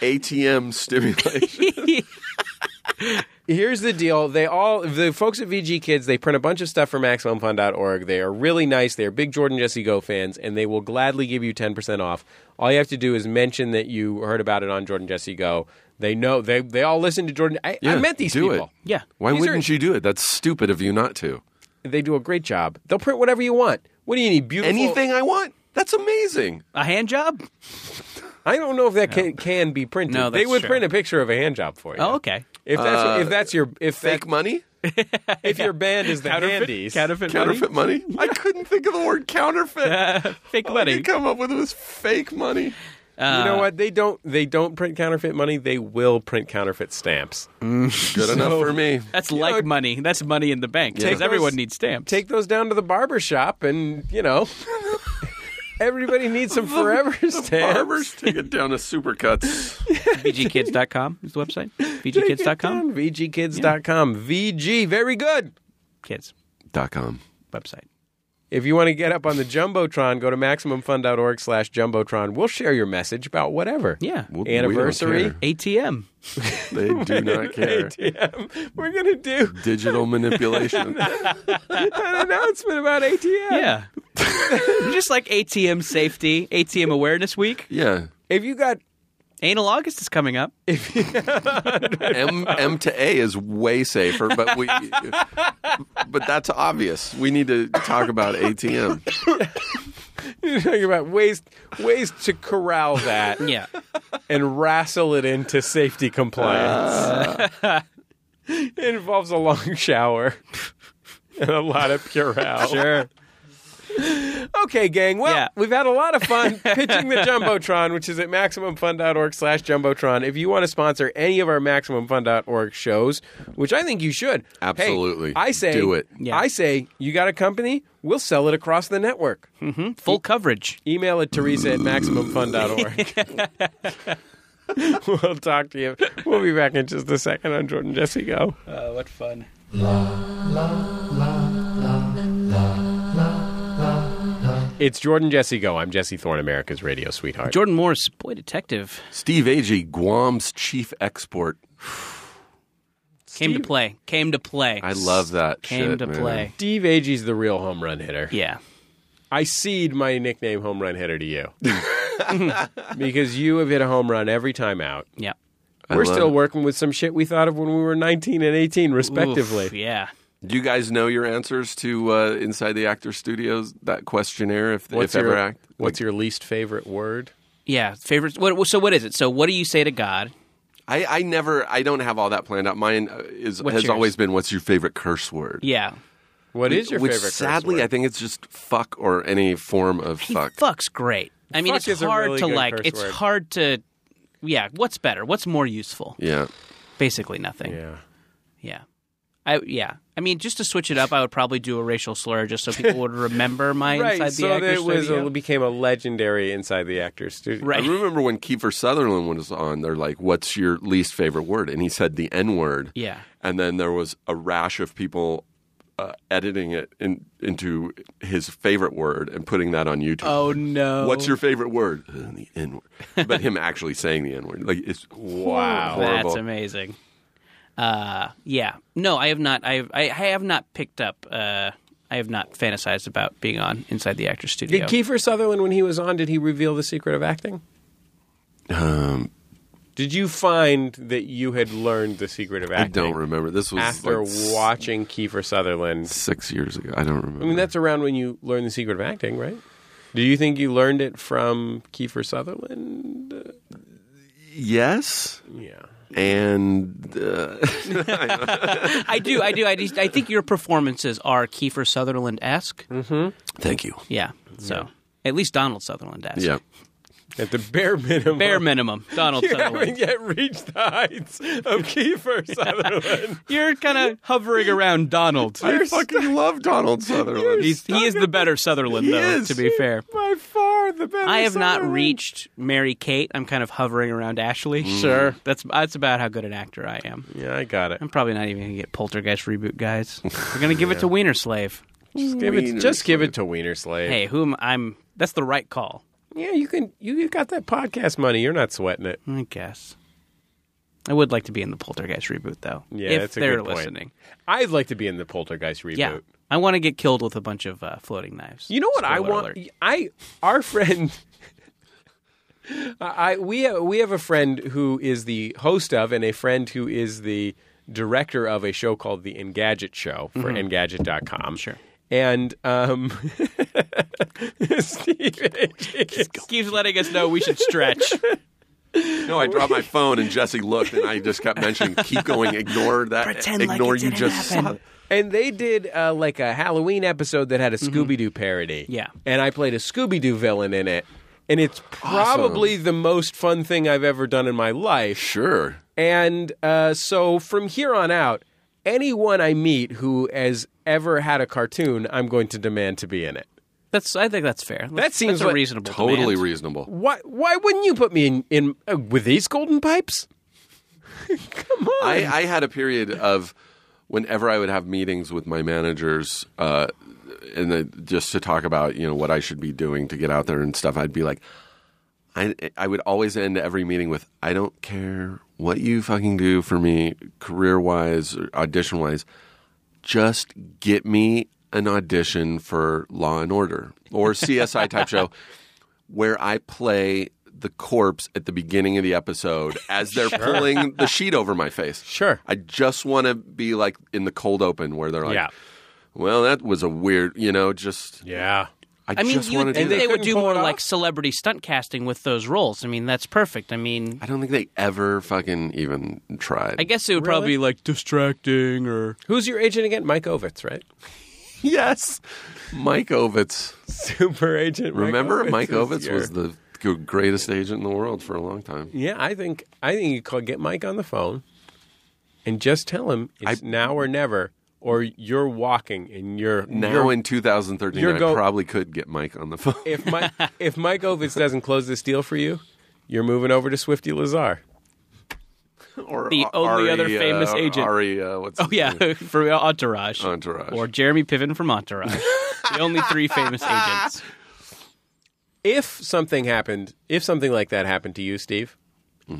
S4: ATM stimulation.
S2: Here's the deal. They all the folks at VG Kids, they print a bunch of stuff for MaximumFun.org. They are really nice. They are big Jordan Jesse Go fans, and they will gladly give you ten percent off. All you have to do is mention that you heard about it on Jordan Jesse Go. They know they they all listen to Jordan. I, I
S4: [LAUGHS] Yeah,
S2: met these
S4: do
S2: people.
S4: It.
S3: Yeah.
S4: Why
S2: These
S4: wouldn't
S2: are-
S4: you do it? That's stupid of you not to.
S2: They do a great job. They'll print whatever you want. What do you need? Beautiful
S4: Anything I want. That's amazing.
S3: A hand job?
S2: I don't know if that can, can be printed.
S3: No,
S2: they
S3: that's
S2: would
S3: true.
S2: print a picture of a hand job for you.
S3: Oh, okay.
S2: If that's if that's your if that,
S4: Fake money?
S2: if your band is the handies,
S3: Counterfeit, [LAUGHS] Uh,
S4: Counterfeit money? I couldn't think of the word [LAUGHS] counterfeit.
S3: Fake
S4: All I
S3: money.
S4: could come up with was fake money.
S2: you know what? They don't they don't print counterfeit money. They will print counterfeit stamps.
S4: Good enough for me.
S3: That's like
S2: know-
S3: money. That's money in the bank. Because
S2: those-
S3: everyone needs stamps. [LAUGHS]
S2: Take those down to the barber shop, and you [LAUGHS] know, everybody needs some forever stamps.
S4: Barbers take it down to supercuts.
S3: VGKids.com is the website.
S2: Take it
S3: VGKids.com.
S2: down, VGKids.com. VG, very good.
S3: Kids
S4: Dot com.
S3: website.
S2: If you want to get up on the Jumbotron, go to MaximumFun.org slash Jumbotron. We'll share your message about whatever.
S3: Yeah.
S4: We- we don't
S2: Anniversary.
S4: care.
S3: ATM.
S4: [LAUGHS] They do not care.
S2: ATM. We're going to do
S4: Digital [LAUGHS] manipulation.
S2: an announcement about ATM.
S3: Yeah. [LAUGHS] Just like ATM safety, ATM awareness week.
S4: Yeah.
S2: If you got [LAUGHS]
S3: Anal August is coming up.
S4: M M to A is way safer, but we but that's obvious. We need to talk about ATM.
S2: you're talking about ways ways to corral that
S3: Yeah.
S2: and wrestle it into safety compliance.
S3: Uh.
S2: it involves a long shower and a lot of Purell. Sure. Okay, gang. Well,
S3: Yeah.
S2: we've had a lot of
S3: [LAUGHS]
S2: fun pitching the Jumbotron, which is at MaximumFun.org slash Jumbotron. If you want to sponsor any of our MaximumFun.org shows, which I think you should. hey,
S4: Absolutely.
S2: I say,
S4: Do it.
S3: Yeah.
S2: I say, you got a company? We'll sell it across the network.
S3: Full coverage.
S2: Email at Teresa at MaximumFun.org.
S3: [LAUGHS]
S2: [LAUGHS] we'll talk to you. We'll be back in just a second on Jordan Jesse Go.
S3: Uh, what fun.
S2: It's Jordan Jesse Go. I'm Jesse Thorne, America's radio sweetheart.
S3: Jordan Morris, boy detective,
S4: Steve Agee, Guam's chief export.
S3: came to play. Came to play.
S4: I love that
S3: Came
S4: shit,
S3: to
S4: man.
S3: play.
S2: Steve Agee's the real home run hitter.
S3: Yeah.
S2: I cede my nickname home run hitter to
S3: [LAUGHS]
S2: you because you have hit a home run every time out.
S3: Yeah.
S4: I
S2: We're
S4: love
S2: still
S4: it.
S2: working with some shit we thought of when we were 19 and 18, respectively.
S3: Oof, yeah.
S4: Do you guys know your answers to uh, Inside the Actor Studios that questionnaire? If,
S2: What's
S4: if
S2: your
S4: ever act,
S2: What's your least favorite word?
S3: Yeah. Favorites. What, so what is it? So what do you say to God?
S4: I, I never, I don't have all that planned out. Mine uh, is
S3: What's
S4: has
S3: yours?
S4: always been, "What's your favorite curse word?"
S3: Yeah.
S2: What is your
S4: which
S2: favorite? curse
S4: sadly
S2: word?
S4: I think it's just fuck or any form of
S3: He
S4: fuck.
S3: fucks great. I mean,
S2: Fuck
S3: it's
S2: is a
S3: hard
S2: really
S3: to
S2: good
S3: like.
S2: curse
S3: It's
S2: word.
S3: hard to. Yeah. What's better? What's more useful?
S4: Yeah,
S3: Basically nothing.
S2: Yeah.
S3: Yeah. I yeah. I mean, just to switch it up, I would probably do a racial slur just so people would remember
S2: [LAUGHS]
S3: my
S2: Right,
S3: inside the
S2: so
S3: actor
S2: that it was
S3: studio.
S2: a, became a legendary inside the actor studio.
S4: I
S3: right.
S4: remember when Kiefer Sutherland was on. They're like, "What's your least favorite word?" And he said the N word.
S3: Yeah.
S4: and then there was a rash of people uh, editing it in, into his favorite word and putting that on YouTube.
S3: Oh no.
S4: What's your favorite word? Uh, the N word. But him actually saying the N word, like it's wow,
S3: That's amazing. Uh, yeah. No, I have not. I have, I, I have not picked up. Uh, I have not fantasized about being on Inside the Actors
S2: Did
S3: Studio.
S2: Kiefer Sutherland, when he was on, did he reveal the secret of acting?
S4: Um,
S2: Did you find that you had learned the secret of
S4: I
S2: acting?
S4: don't remember. This was
S2: After
S4: like s-
S2: watching Kiefer Sutherland,
S4: six years ago. I don't remember.
S2: I mean, that's around when you learned the secret of acting, right? Do you think you learned it from Kiefer Sutherland?
S4: yes,
S2: Yeah.
S4: and uh, [LAUGHS]
S3: I do. I do. I, just, I think your performances are Kiefer Sutherland esque.
S4: Mm-hmm.
S3: [LAUGHS]
S4: thank you.
S3: Yeah. So at least Donald Sutherland esque.
S4: Yeah,
S2: At the bare [LAUGHS] minimum.
S3: Bare minimum, Donald
S2: You haven't
S3: Sutherland.
S2: yet reached the heights
S3: [LAUGHS]
S2: of Kiefer Sutherland.
S3: You're kind of hovering around Donald.
S4: I fucking love
S3: [LAUGHS]
S4: Donald Sutherland.
S3: He's, he is the better Sutherland, though.
S4: is.
S3: To be fair,
S2: By far the best.
S3: I have not reached Mary Kate. I'm kind of hovering around Ashley.
S4: Mm.
S2: Sure.
S3: That's that's about how good an actor I am.
S2: Yeah, I got it.
S3: I'm probably not even gonna get Poltergeist reboot,
S4: [LAUGHS]
S3: guys. We're gonna give it to Wiener Slave.
S2: Just give it, just give it to Wiener Slave.
S3: Hey, who am I'm? That's the right call,
S2: Yeah, you can. You you got that podcast money. You're not sweating it.
S3: I guess. I would like to be in the Poltergeist reboot, though.
S2: Yeah,
S3: if
S2: that's a
S3: they're
S2: good point.
S3: listening.
S2: I'd like to be in the Poltergeist reboot.
S3: Yeah, I want to get killed with a bunch of uh, floating knives.
S2: You know what I
S3: Spoiler
S2: want?
S3: alert.
S2: I our friend. [LAUGHS] I I- we have, we have a friend who is the host of and a friend who is the director of a show called the Engadget Show for Engadget.com.
S3: Mm-hmm. Sure.
S2: And um, [LAUGHS] Steve,
S3: Keeps letting us know we should stretch.
S4: No, I dropped my phone and Jesse looked, and I just kept mentioning, "Keep going, ignore that, ignore you just saw."
S2: And they did uh, like a Halloween episode that had a Scooby Doo parody.
S3: Mm-hmm. Yeah.
S2: And I played a Scooby Doo villain in it. And it's probably the most fun thing I've ever done in my life.
S4: Sure,
S2: And uh, so from here on out, anyone I meet who has ever had a cartoon, I'm going to demand to be in it.
S3: [LAUGHS] That's. I think that's fair. That's-
S2: seems
S3: that's a
S2: like-
S3: reasonable.
S4: totally
S3: demand.
S4: reasonable.
S2: Why, why wouldn't you put me in, in [LAUGHS] uh, with these golden pipes?
S4: I, I had a period of whenever I would have meetings with my managers, uh, and the, just to talk about you know what I should be doing to get out there and stuff, I'd be like, I I would always end every meeting with, I don't care what you fucking do for me, career wise, audition wise, just get me an audition for Law and Order
S3: [LAUGHS]
S4: or CSI type show where I play the corpse at the beginning of the episode as they're pulling the sheet over my face.
S2: Sure.
S4: I just want to be like in the cold open where they're like,
S2: Yeah.
S4: well, that was a weird, you know, just,
S2: Yeah.
S4: I,
S3: I mean,
S4: just
S3: you
S4: want to
S3: would
S4: do
S3: think
S4: that.
S3: they would
S2: Couldn't
S3: do
S2: pull
S3: more
S2: it off?
S3: like celebrity stunt casting with those roles. I mean, that's perfect. I mean,
S4: I don't think they ever fucking even tried.
S3: I guess it would probably be like distracting or
S2: Who's your agent again? Mike Ovitz, right?
S4: yes. Mike Ovitz.
S2: Super agent. Mike
S4: Remember, Mike
S2: is
S4: Ovitz
S2: your-
S4: was the g- greatest agent in the world for a long time.
S2: Yeah, I think I think you call get Mike on the phone and just tell him it's now or never, or you're walking and you're
S4: Now
S2: you're-
S4: in 2013,
S2: you're
S4: I
S2: go-
S4: probably could get Mike on the [LAUGHS] phone.
S2: if Mike [LAUGHS] if Mike Ovitz doesn't close this deal for you, you're moving over to Swifty Lazar.
S4: or
S3: The only other
S4: uh,
S3: famous agent.
S4: Ari, uh, what's
S3: oh yeah, [LAUGHS] for Entourage,
S4: Entourage.
S3: or Jeremy Piven
S2: [LAUGHS]
S3: from Entourage. the only three famous
S4: [LAUGHS]
S3: agents.
S2: If something happened, if something like that happened to you, Steve,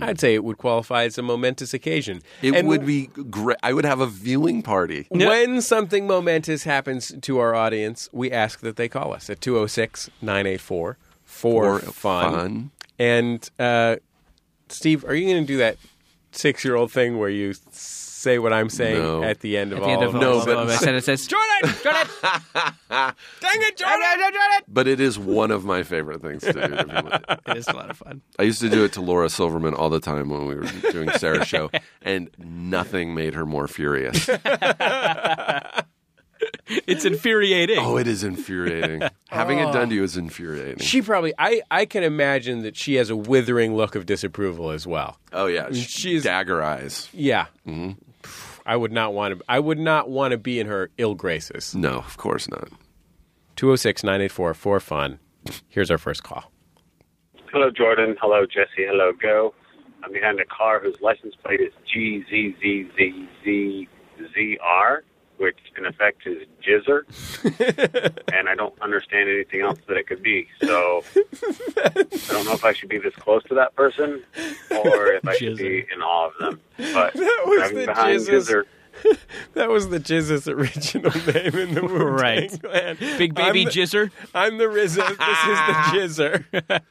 S2: I'd say it would qualify as a momentous occasion.
S4: Mm-hmm. It
S2: And
S4: would be great. I would have a viewing party.
S2: When something momentous happens to our audience, we ask that they call us at 206 984 for fun.
S4: fun.
S2: And uh, Steve, are you going to do that six year old thing where you say what I'm saying
S4: No.
S2: at the end of
S3: At the
S2: all
S3: end of
S2: of
S3: all
S2: this?
S3: of them, I said, it says Jordan, Jordan,
S2: Dang it, Jordan!
S4: But it is one of my favorite things to do.
S3: it is a lot of fun.
S4: I used to do it to Laura Silverman all the time when we were doing Sarah's show, and nothing made her more furious.
S3: It's infuriating.
S4: Oh, it is infuriating. Having it done to you is infuriating.
S2: She probably, I, I can imagine that she has a withering look of disapproval as well.
S4: oh yeah,
S2: She's-
S4: she's dagger eyes.
S2: Yeah. I would not want to. I would not want to be in her ill graces.
S4: No, of course not.
S2: 206 984 for fun. Here's our first call.
S8: Hello, Jordan. Hello, Jesse. Hello, Go. I'm behind a car whose license plate is GZZZZZR, which in effect is Jizzer.
S2: [LAUGHS]
S8: and I don't understand anything else that it could be. So I don't know if I should be this close to that person or if I should be in awe of them. But
S2: That was
S8: driving
S2: the
S8: behind
S2: Jizzers.
S8: Jizzer.
S2: That was the Jizz's original [LAUGHS] name in the Wu
S3: Right.
S2: [LAUGHS]
S3: Big baby
S2: I'm the,
S3: Jizzer.
S2: I'm the Rizza. This is [LAUGHS] the Jizzer.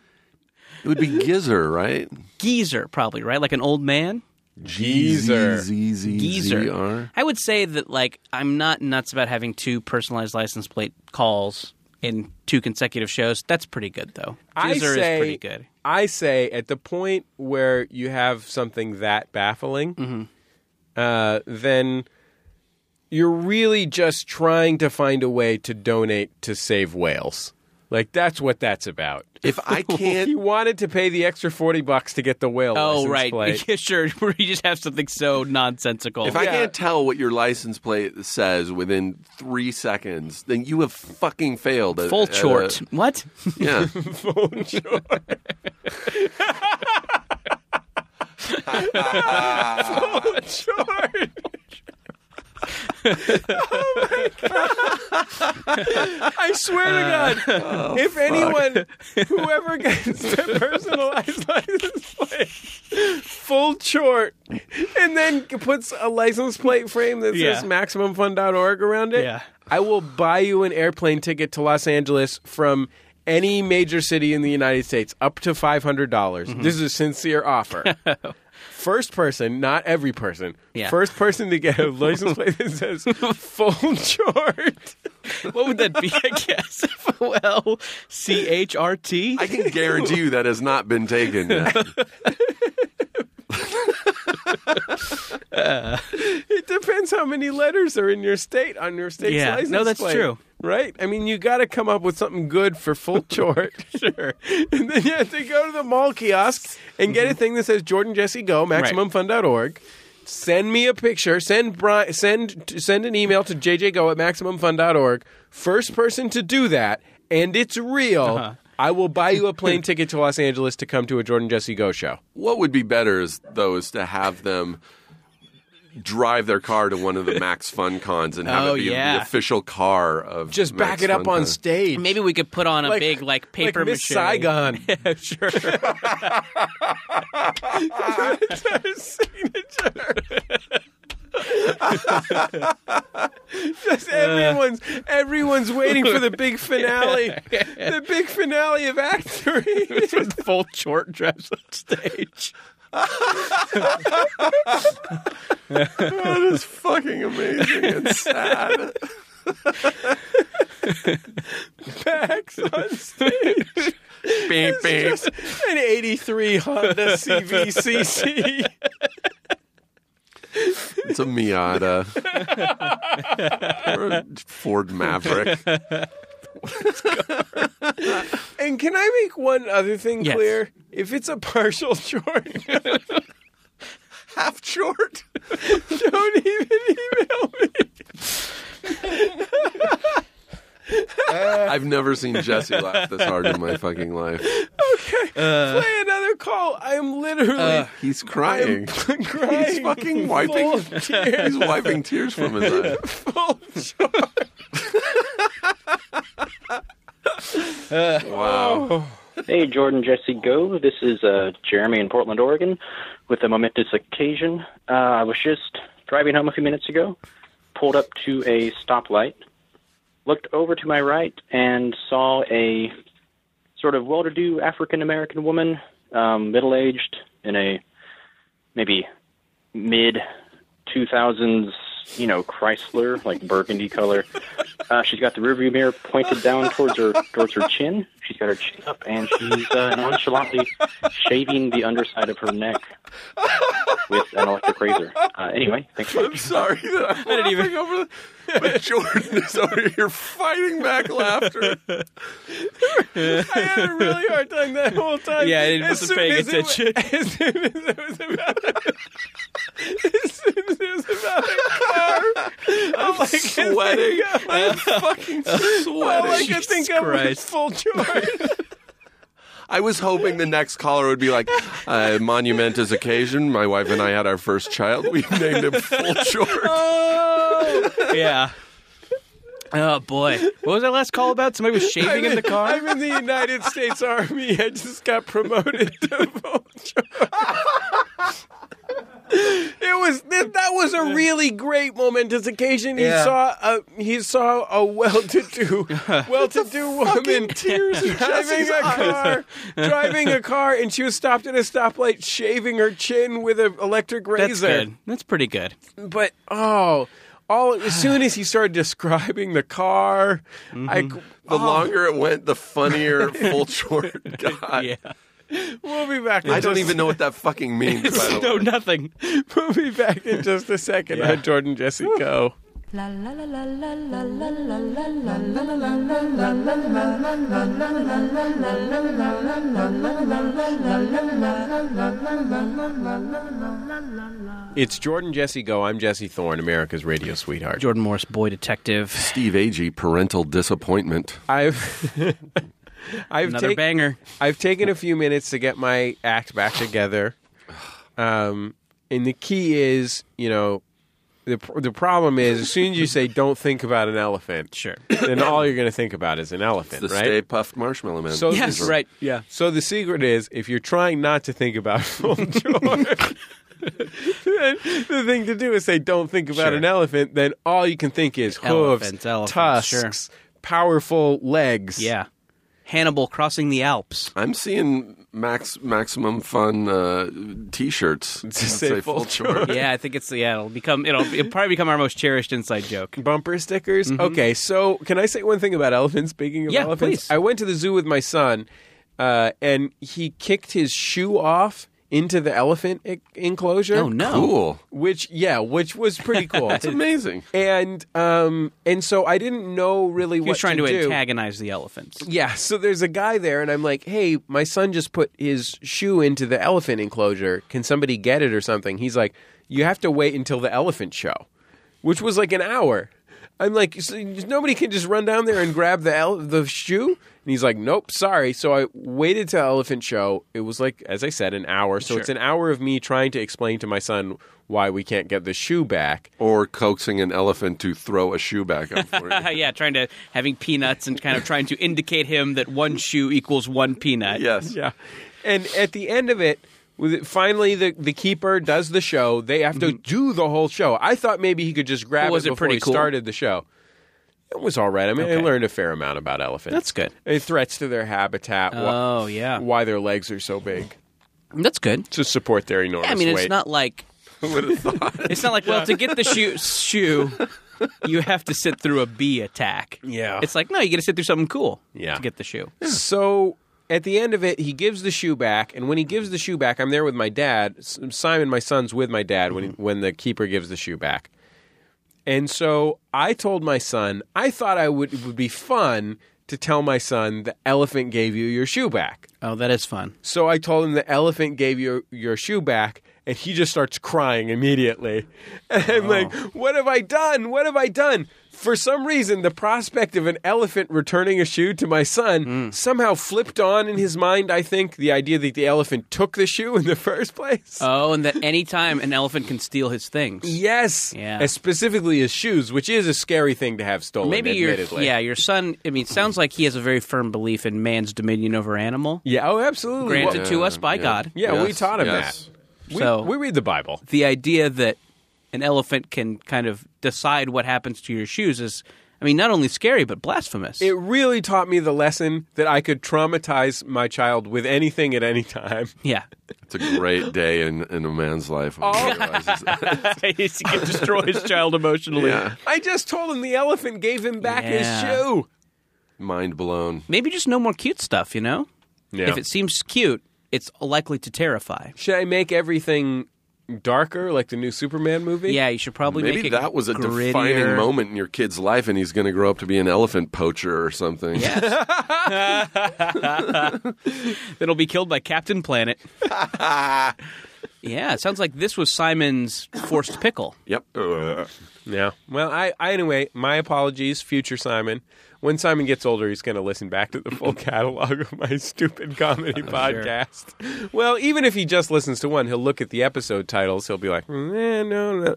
S4: It would be Gizzer, right?
S3: Geezer, probably right, like an old man.
S2: Geezer.
S4: Geezer.
S3: I would say that like I'm not nuts about having two personalized license plate calls in two consecutive shows. That's pretty good though.
S2: I
S3: Geezer
S2: say,
S3: is pretty good.
S2: I say at the point where you have something that baffling,
S3: Mm-hmm.
S2: uh, then you're really just trying to find a way to donate to save whales. Like that's what that's about.
S4: If I can't
S2: He wanted to pay the extra forty bucks to get the whale.
S3: Oh
S2: license
S3: right,
S2: plate.
S3: [LAUGHS] Yeah, sure. Where you just have something so nonsensical.
S4: If I can't tell what your license plate says within three seconds, then you have fucking failed. at-
S3: Full
S2: Uh,
S4: at a-
S3: chort.
S2: [LAUGHS]
S3: what?
S4: [LAUGHS] yeah.
S2: George. oh my god! I swear to God, if anyone, whoever gets their personalized [LAUGHS] license plate, full short, and then puts a license plate frame that
S3: Yeah.
S2: says MaximumFun.org around it,
S3: Yeah.
S2: I will buy you an airplane ticket to Los Angeles from. Any major city in the United States up to $500. dollars
S3: Mm-hmm.
S2: This is a sincere
S3: [LAUGHS]
S2: offer. first person, not every person.
S3: Yeah.
S2: First person to get a
S3: [LAUGHS]
S2: license plate that says full short.
S3: What would that be? I guess. [LAUGHS] well, C H R T.
S4: I can guarantee you that has not been taken. yet.
S2: It depends how many letters are in your state on your state's
S3: Yeah.
S2: license
S3: No, that's
S2: plate,
S3: true.
S2: Right? I mean, you got to come up with something good for
S3: [LAUGHS]
S2: full short. sure. [LAUGHS] And then you have to go to the mall kiosk and get a
S3: Mm-hmm.
S2: thing that says Jordan Jesse Go, MaximumFun.org. Send me a picture. Send Bri- send send an email to jjgo at MaximumFun.org. First person to do that, and it's real.
S3: Uh-huh.
S2: I will buy you a
S3: [LAUGHS]
S2: plane ticket to Los Angeles to come to a Jordan Jesse Go show.
S4: what would be better is though is to have them drive their car to one of the Max Fun cons and have
S3: Oh,
S4: it be
S3: yeah.
S4: the official car of
S2: Just
S4: Max
S2: back it up
S4: Fun
S2: on
S4: Con.
S2: stage.
S3: Maybe we could put on a
S2: Like-
S3: big like paper
S2: like Miss
S3: mache. [LAUGHS]
S2: Saigon.
S3: sure.
S2: Just everyone's everyone's waiting for the big
S3: [LAUGHS]
S2: finale. the big finale of Act Three.
S3: Full short dress on stage.
S4: That is fucking amazing. It's sad.
S2: Max
S3: [LAUGHS]
S2: on stage.
S4: beep, beep.
S2: Just an '83 Honda CVCC.
S4: [LAUGHS] It's a Miata or a Ford Maverick.
S2: And can I make one other thing
S3: Yes.
S2: clear? If it's a partial [LAUGHS] short,
S4: Half short.
S2: [LAUGHS] don't even email me.
S4: I've never seen Jesse laugh this hard in my fucking life.
S2: Play another call. I am literally
S4: He's crying.
S2: [LAUGHS] crying.
S4: He's fucking wiping.
S2: Full of tears.
S4: [LAUGHS] He's wiping tears from his eyes. [LAUGHS]
S2: full of joy.
S4: [LAUGHS] Wow.
S9: Hey, Jordan, Jesse, go. This is uh, Jeremy in Portland, Oregon, with a momentous occasion. Uh, I was just driving home a few minutes ago, pulled up to a stoplight, looked over to my right, and saw a sort of well to do African American woman, um, middle aged, in a maybe mid 2000s, you know, Chrysler, like burgundy color. Uh, she's got the rearview mirror pointed down towards her towards her chin. She's got her chin up, and she's uh, nonchalantly shaving the underside of her neck with an electric razor. Uh, anyway, thanks. For-
S4: I'm sorry that I'm laughing over the, but Jordan is over here fighting back laughter.
S2: I had a really hard time that whole time.
S3: Yeah, I didn't-
S2: As
S3: wasn't
S2: soon
S3: paying
S2: as it wa- as soon as it was about, [LAUGHS] as soon as it was about a car, all I could
S4: Sweating.
S2: think of,
S4: I'm fucking
S2: all I
S4: sweating.
S2: could
S3: Jesus
S2: think of was
S3: Christ.
S2: full joy.
S4: I was hoping the next caller would be like, uh, monumentous occasion. My wife and I had our first child. We named him Full George.
S3: yeah. Oh boy, what was that last call about? Somebody was shaving in the car.
S2: [LAUGHS] I'm in the United States Army. I just got promoted to [LAUGHS] full joy. It was that, that was a really great momentous occasion. He saw a he saw a well-to-do well-to-do [LAUGHS] woman
S4: tears in
S2: driving
S4: Jesse's
S2: a
S4: eyes.
S2: car, driving a car, and she was stopped at a stoplight, shaving her chin with an electric
S3: That's
S2: razor.
S3: good. That's pretty good.
S2: But oh, all as soon as he started describing the car, I
S4: The longer it went, the [LAUGHS] funnier Full George got.
S3: Yeah.
S2: we'll be back. in
S4: I don't
S2: just-
S4: even know what that fucking means. By [LAUGHS] the
S3: no,
S4: way.
S3: nothing.
S2: We'll be back in just a second. on Jordan Jesse Go.
S1: La la la la la la la la la la.
S2: It's Jordan Jesse Go. I'm Jesse Thorne, America's radio sweetheart.
S3: Jordan Morris, boy detective.
S4: Steve Agee, parental disappointment.
S2: I've [LAUGHS] I've,
S3: Another
S2: take-
S3: banger.
S2: I've taken a few minutes to get my act back together. Um, and the key is, you know, the pr- the problem is as soon as you say don't think about an elephant,
S3: Sure.
S2: then all you're going to think about is an elephant,
S4: The
S2: right?
S4: Stay Puffed Marshmallow Man.
S2: So-
S3: Yes,
S2: Syndrome.
S3: right. Yeah.
S2: So the secret is if you're trying not to think about [LAUGHS] full joy. then the thing to do is say, "Don't think about
S3: Sure.
S2: an elephant." Then all you can think is
S3: Elephants,
S2: hooves,
S3: elephants,
S2: tusks, powerful legs.
S3: Yeah. Hannibal crossing the Alps.
S4: I'm seeing max maximum fun uh,
S2: [LAUGHS]
S4: t-shirts that
S2: say Full
S4: George.
S3: Yeah, I think it's yeah. It'll become it'll, it'll probably become our most cherished inside joke.
S2: Bumper stickers. Okay, so can I say one thing about elephants? Speaking of
S3: Mm-hmm. Yeah,
S2: elephants,
S3: please.
S2: I went to the zoo with my son, uh, and he kicked his shoe off into the elephant e- enclosure.
S3: Oh no.
S4: Cool.
S2: Which yeah, which was pretty
S4: [LAUGHS]
S2: cool.
S4: It's amazing.
S2: and um and so I didn't know really
S3: He
S2: what
S3: was trying
S2: to,
S3: to,
S2: do.
S3: antagonize the elephants.
S2: Yeah, so there's a guy there, and I'm like, "Hey, my son just put his shoe into the elephant enclosure. Can somebody get it or something?" He's like, "You have to wait until the elephant show," which was like an hour. I'm like, so nobody can just run down there and grab the ele- the shoe. And he's like, nope, sorry. So I waited till Elephant Show. It was like, as I said, an hour. So it's an hour of me trying to explain to my son why we can't get the shoe back.
S4: Or coaxing an elephant to throw a shoe back up for you.
S3: [LAUGHS] yeah, trying to having peanuts and kind of trying to indicate him that one shoe equals one peanut.
S4: yes.
S2: [LAUGHS] Yeah. And at the end of it, with it- finally the the keeper does the show. They have to do the whole show. I thought maybe he could just grab
S3: Well, Mm-hmm. was
S2: it
S3: it
S2: before
S3: pretty
S2: he
S3: cool?
S2: started the show. It was all right. I mean, I
S3: Okay.
S2: learned a fair amount about elephants.
S3: That's good.
S2: Uh, threats to their habitat. wh-
S3: Oh, yeah.
S2: Why their legs are so big
S3: That's good.
S2: to support their enormous
S3: I mean,
S2: weight.
S3: it's not like [LAUGHS] it's not like well to [LAUGHS] get the shoe shoe, you have to sit through a bee attack.
S2: Yeah.
S3: it's like no, you got to sit through something cool.
S2: Yeah.
S3: to get the shoe.
S2: So at the end of it, he gives the shoe back, and when he gives the shoe back, I'm there with my dad. S- Simon, my son's with my dad when when the keeper gives the shoe back. And so I told my son, I thought I would it would be fun to tell my son the elephant gave you your shoe back.
S3: Oh, that is fun.
S2: So I told him the elephant gave you your shoe back, and he just starts crying immediately. [LAUGHS] And I'm like, what have I done? What have I done? For some reason, the prospect of an elephant returning a shoe to my son
S3: Hmm.
S2: somehow flipped on in his mind, I think, the idea that the elephant took the shoe in the [LAUGHS] first place.
S3: Oh, and that any time an elephant can steal his things.
S2: yes.
S3: Yeah.
S2: And specifically his shoes, which is a scary thing to have stolen,
S3: Maybe your
S2: admittedly.
S3: yeah, your son. I mean, it sounds like he has a very firm belief in man's dominion over animal,
S2: Yeah, oh, absolutely.
S3: granted
S2: Well,
S3: to us by God.
S2: Yeah, we taught him we,
S3: So-
S2: we read the Bible.
S3: the idea that an elephant can kind of decide what happens to your shoes is, I mean, not only scary but blasphemous.
S2: it really taught me the lesson that I could traumatize my child with anything at any time. [LAUGHS]
S3: yeah,
S4: It's a great day in, in a man's life. when he
S2: Oh.
S4: realizes that.
S2: [LAUGHS]
S3: [LAUGHS]
S4: [LAUGHS]
S3: he can destroy his child emotionally.
S4: yeah.
S2: I just told him the elephant gave him back his
S3: Yeah.
S2: shoe.
S4: Mind blown.
S3: Maybe just no more cute stuff. You know,
S2: Yeah.
S3: if it seems cute, it's likely to terrify.
S2: Should I make everything darker, like the new Superman movie?
S3: Yeah, you should probably make
S4: Maybe
S3: it
S4: that was a
S3: grittier.
S4: defining moment in your kid's life, and he's going to grow up to be an elephant poacher or
S3: [LAUGHS]
S4: something.
S3: Yes. [LAUGHS] That'll be killed by Captain
S2: [LAUGHS]
S3: Planet. yeah, it sounds like this was Simon's forced pickle.
S4: Yep. Uh,
S2: Yeah. Well, I, I anyway, my apologies, future Simon. When Simon gets older, he's going to listen back to the
S3: [LAUGHS]
S2: full catalog of my stupid comedy
S3: Oh,
S2: podcast. Well, even if he just listens to one, he'll look at the episode titles. He'll be like, "Mm, eh, no, no.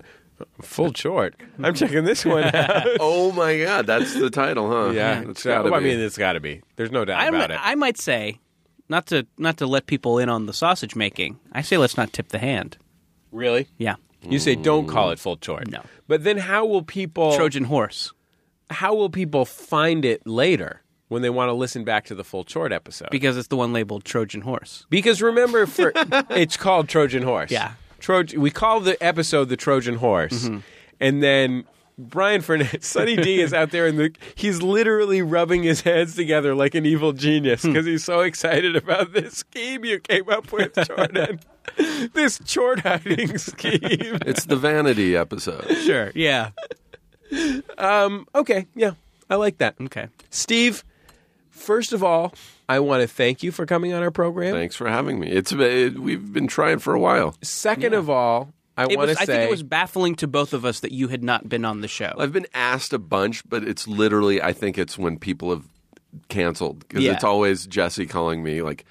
S2: Full short. I'm checking this
S3: [LAUGHS]
S2: one out.
S4: oh my God, that's the title, huh?
S2: Yeah,
S4: it's
S2: so-
S4: got to
S2: well,
S4: be.
S2: I mean, it's got to be. There's no doubt
S3: I'm,
S2: about it.
S3: I might say, not to not to let people in on the sausage making. I say let's not tip the hand.
S2: really?
S3: Yeah,
S2: You say don't call it full chort.
S3: No.
S2: But then how will people
S3: Trojan horse
S2: how will people find it later when they want to listen back to the full chort episode?
S3: because it's the one labeled Trojan horse.
S2: because remember [LAUGHS] for it's called Trojan Horse.
S3: Yeah.
S2: Trojan we call the episode the Trojan Horse. And then Brian Fernandez, [LAUGHS] Sonny D is out there and the, he's literally rubbing his hands together like an evil genius because he's so excited about this scheme you came up with, [LAUGHS] Jordan. this chort hiding scheme.
S4: it's the vanity episode.
S3: Sure. Yeah.
S2: [LAUGHS] Okay, yeah, I like that.
S3: Okay.
S2: Steve, first of all, I want to thank you for coming on our program.
S4: Thanks for having me. It's it, we've been trying for a while.
S2: Second of all, I
S3: It
S2: want
S3: was,
S2: to
S3: I
S2: say
S3: think it was baffling to both of us that you had not been on the show.
S4: I've been asked a bunch, but it's literally I think it's when people have canceled because
S3: Yeah.
S4: it's always Jesse calling me like,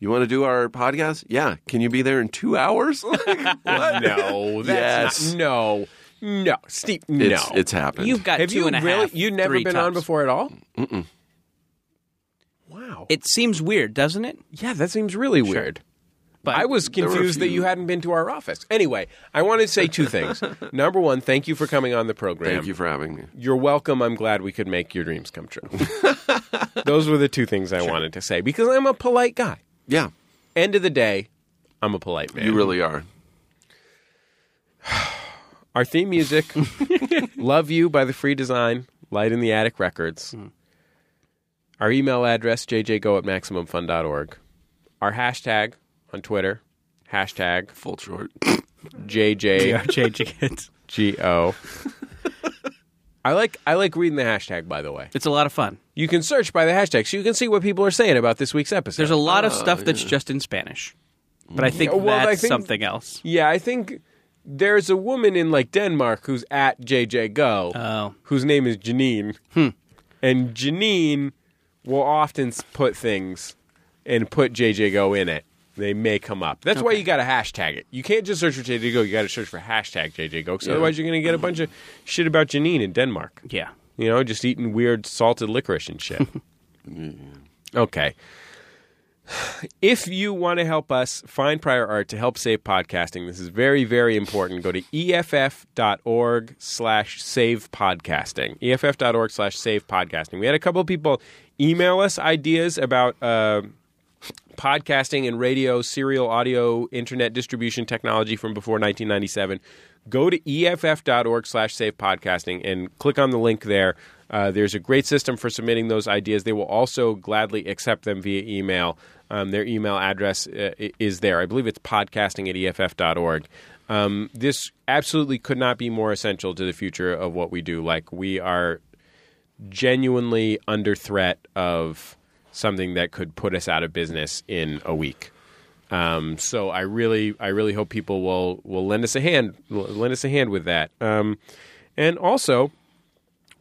S4: "You want to do our podcast? Yeah, can you be there in two hours?" [LAUGHS] Like, what?
S2: no, Oh, that's
S4: Yes.
S2: not, no, no, Steve, no.
S4: It's it's happened.
S3: You've got
S2: Have
S3: two
S2: you
S3: and a half,
S2: really? You've never
S3: three
S2: been on
S3: tops.
S2: before at all. Mm-mm. Wow.
S3: It seems weird, doesn't it?
S2: yeah, that seems really weird. [LAUGHS]
S3: But
S2: I was
S4: were a
S2: confused that
S4: few-
S2: you hadn't been to our office. Anyway, I want to say two
S4: [LAUGHS]
S2: things. Number one, thank you for coming on the program.
S4: Thank you for having me.
S2: You're welcome. I'm glad we could make your dreams come
S4: [LAUGHS]
S2: true. Those were the two things I wanted to say because I'm a polite guy.
S4: Yeah,
S2: End of the day, I'm a polite man.
S4: you really are.
S2: Our theme music, Love You by The Free Design, Light in the Attic Records. Our email address, jjgo at maximumfun.org. Our hashtag on Twitter, hashtag
S4: Full short.
S2: JJ.
S3: are [LAUGHS] changing it.
S2: G O. I like I like reading the hashtag. By the way,
S3: It's a lot of fun.
S2: you can search by the hashtag, so you can see what people are saying about this week's episode.
S3: There's a lot of stuff that's just in Spanish, but I think
S2: Yeah, well, I
S3: that's
S2: think-
S3: something else.
S2: yeah, I think There's a woman in like Denmark who's at JJ Go,
S3: Oh.
S2: whose name is Janine, and Janine will often s- put things and put JJ Go in it. They may come up. That's why you got to hashtag it. You can't just search for JJ Go. You got to search for hashtag JJ Go, because otherwise you're going to get a bunch of shit about Janine in Denmark.
S3: Yeah.
S2: You know, just eating weird salted licorice and shit. okay. If you want to help us find prior art to help save podcasting, this is very, very important. Go to E EFF.org slash save podcasting. E EFF.org slash save podcasting. We had a couple of people email us ideas about uh, podcasting and radio, serial, audio, internet distribution technology from before 1997, go to E EFF.org slash save podcasting and click on the link there. Uh, there's a great system for submitting those ideas. They will also gladly accept them via email. Um, their email address uh, i- is there. I believe it's podcasting at E EFF.org. Um, this absolutely could not be more essential to the future of what we do. Like, we are genuinely under threat of something that could put us out of business in a week. Um, so I really, I really hope people will will lend us a hand, l- lend us a hand with that. Um, and also,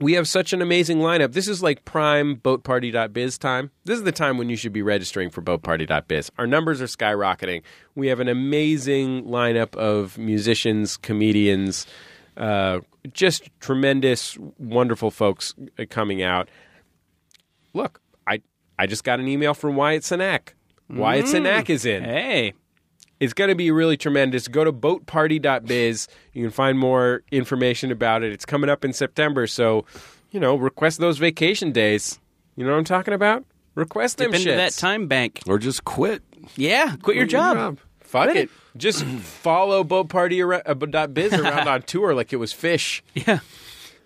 S2: we have such an amazing lineup. This is like prime boatparty.biz time. This is the time when you should be registering for boatparty.biz. Our numbers are skyrocketing. We have an amazing lineup of musicians, comedians, uh, just tremendous, wonderful folks uh, coming out look, I I just got an email from Wyatt Sinak. Wyatt Sinak is in.
S3: Hey.
S2: It's going to be really tremendous. Go to boatparty.biz. You can find more information about it. It's coming up in September, so you know, request those vacation days. You know what I'm talking about? Request them
S3: Dip into
S2: shits.
S3: that time bank.
S4: Or just quit.
S3: Yeah. Quit your job.
S2: Fuck it.
S3: [CLEARS THROAT]
S2: Just follow boatparty.biz uh, dot
S3: [LAUGHS]
S2: biz around on tour like it was fish.
S3: [LAUGHS] Yeah.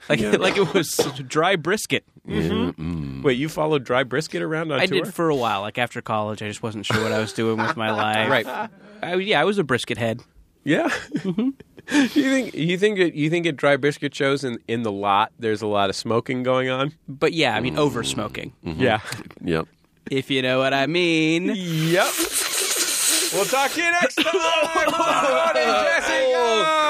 S3: Like, like it [LAUGHS] was dry brisket.
S2: Wait, you followed Dry Brisket around on
S3: I
S2: tour?
S3: did for a while. Like after college, I just wasn't sure what I was doing with [LAUGHS] my life.
S2: right.
S3: I, yeah, I was a brisket head.
S2: Yeah.
S3: Mm-hmm.
S2: [LAUGHS] you think you think at, you think at dry biscuit shows in in the lot there's a lot of smoking going on?
S3: But yeah, I mean, over smoking, [LAUGHS]
S2: Yeah.
S4: Yep.
S3: if you know what I mean.
S2: yep. We'll talk to you next time. Everybody, Jesse, go!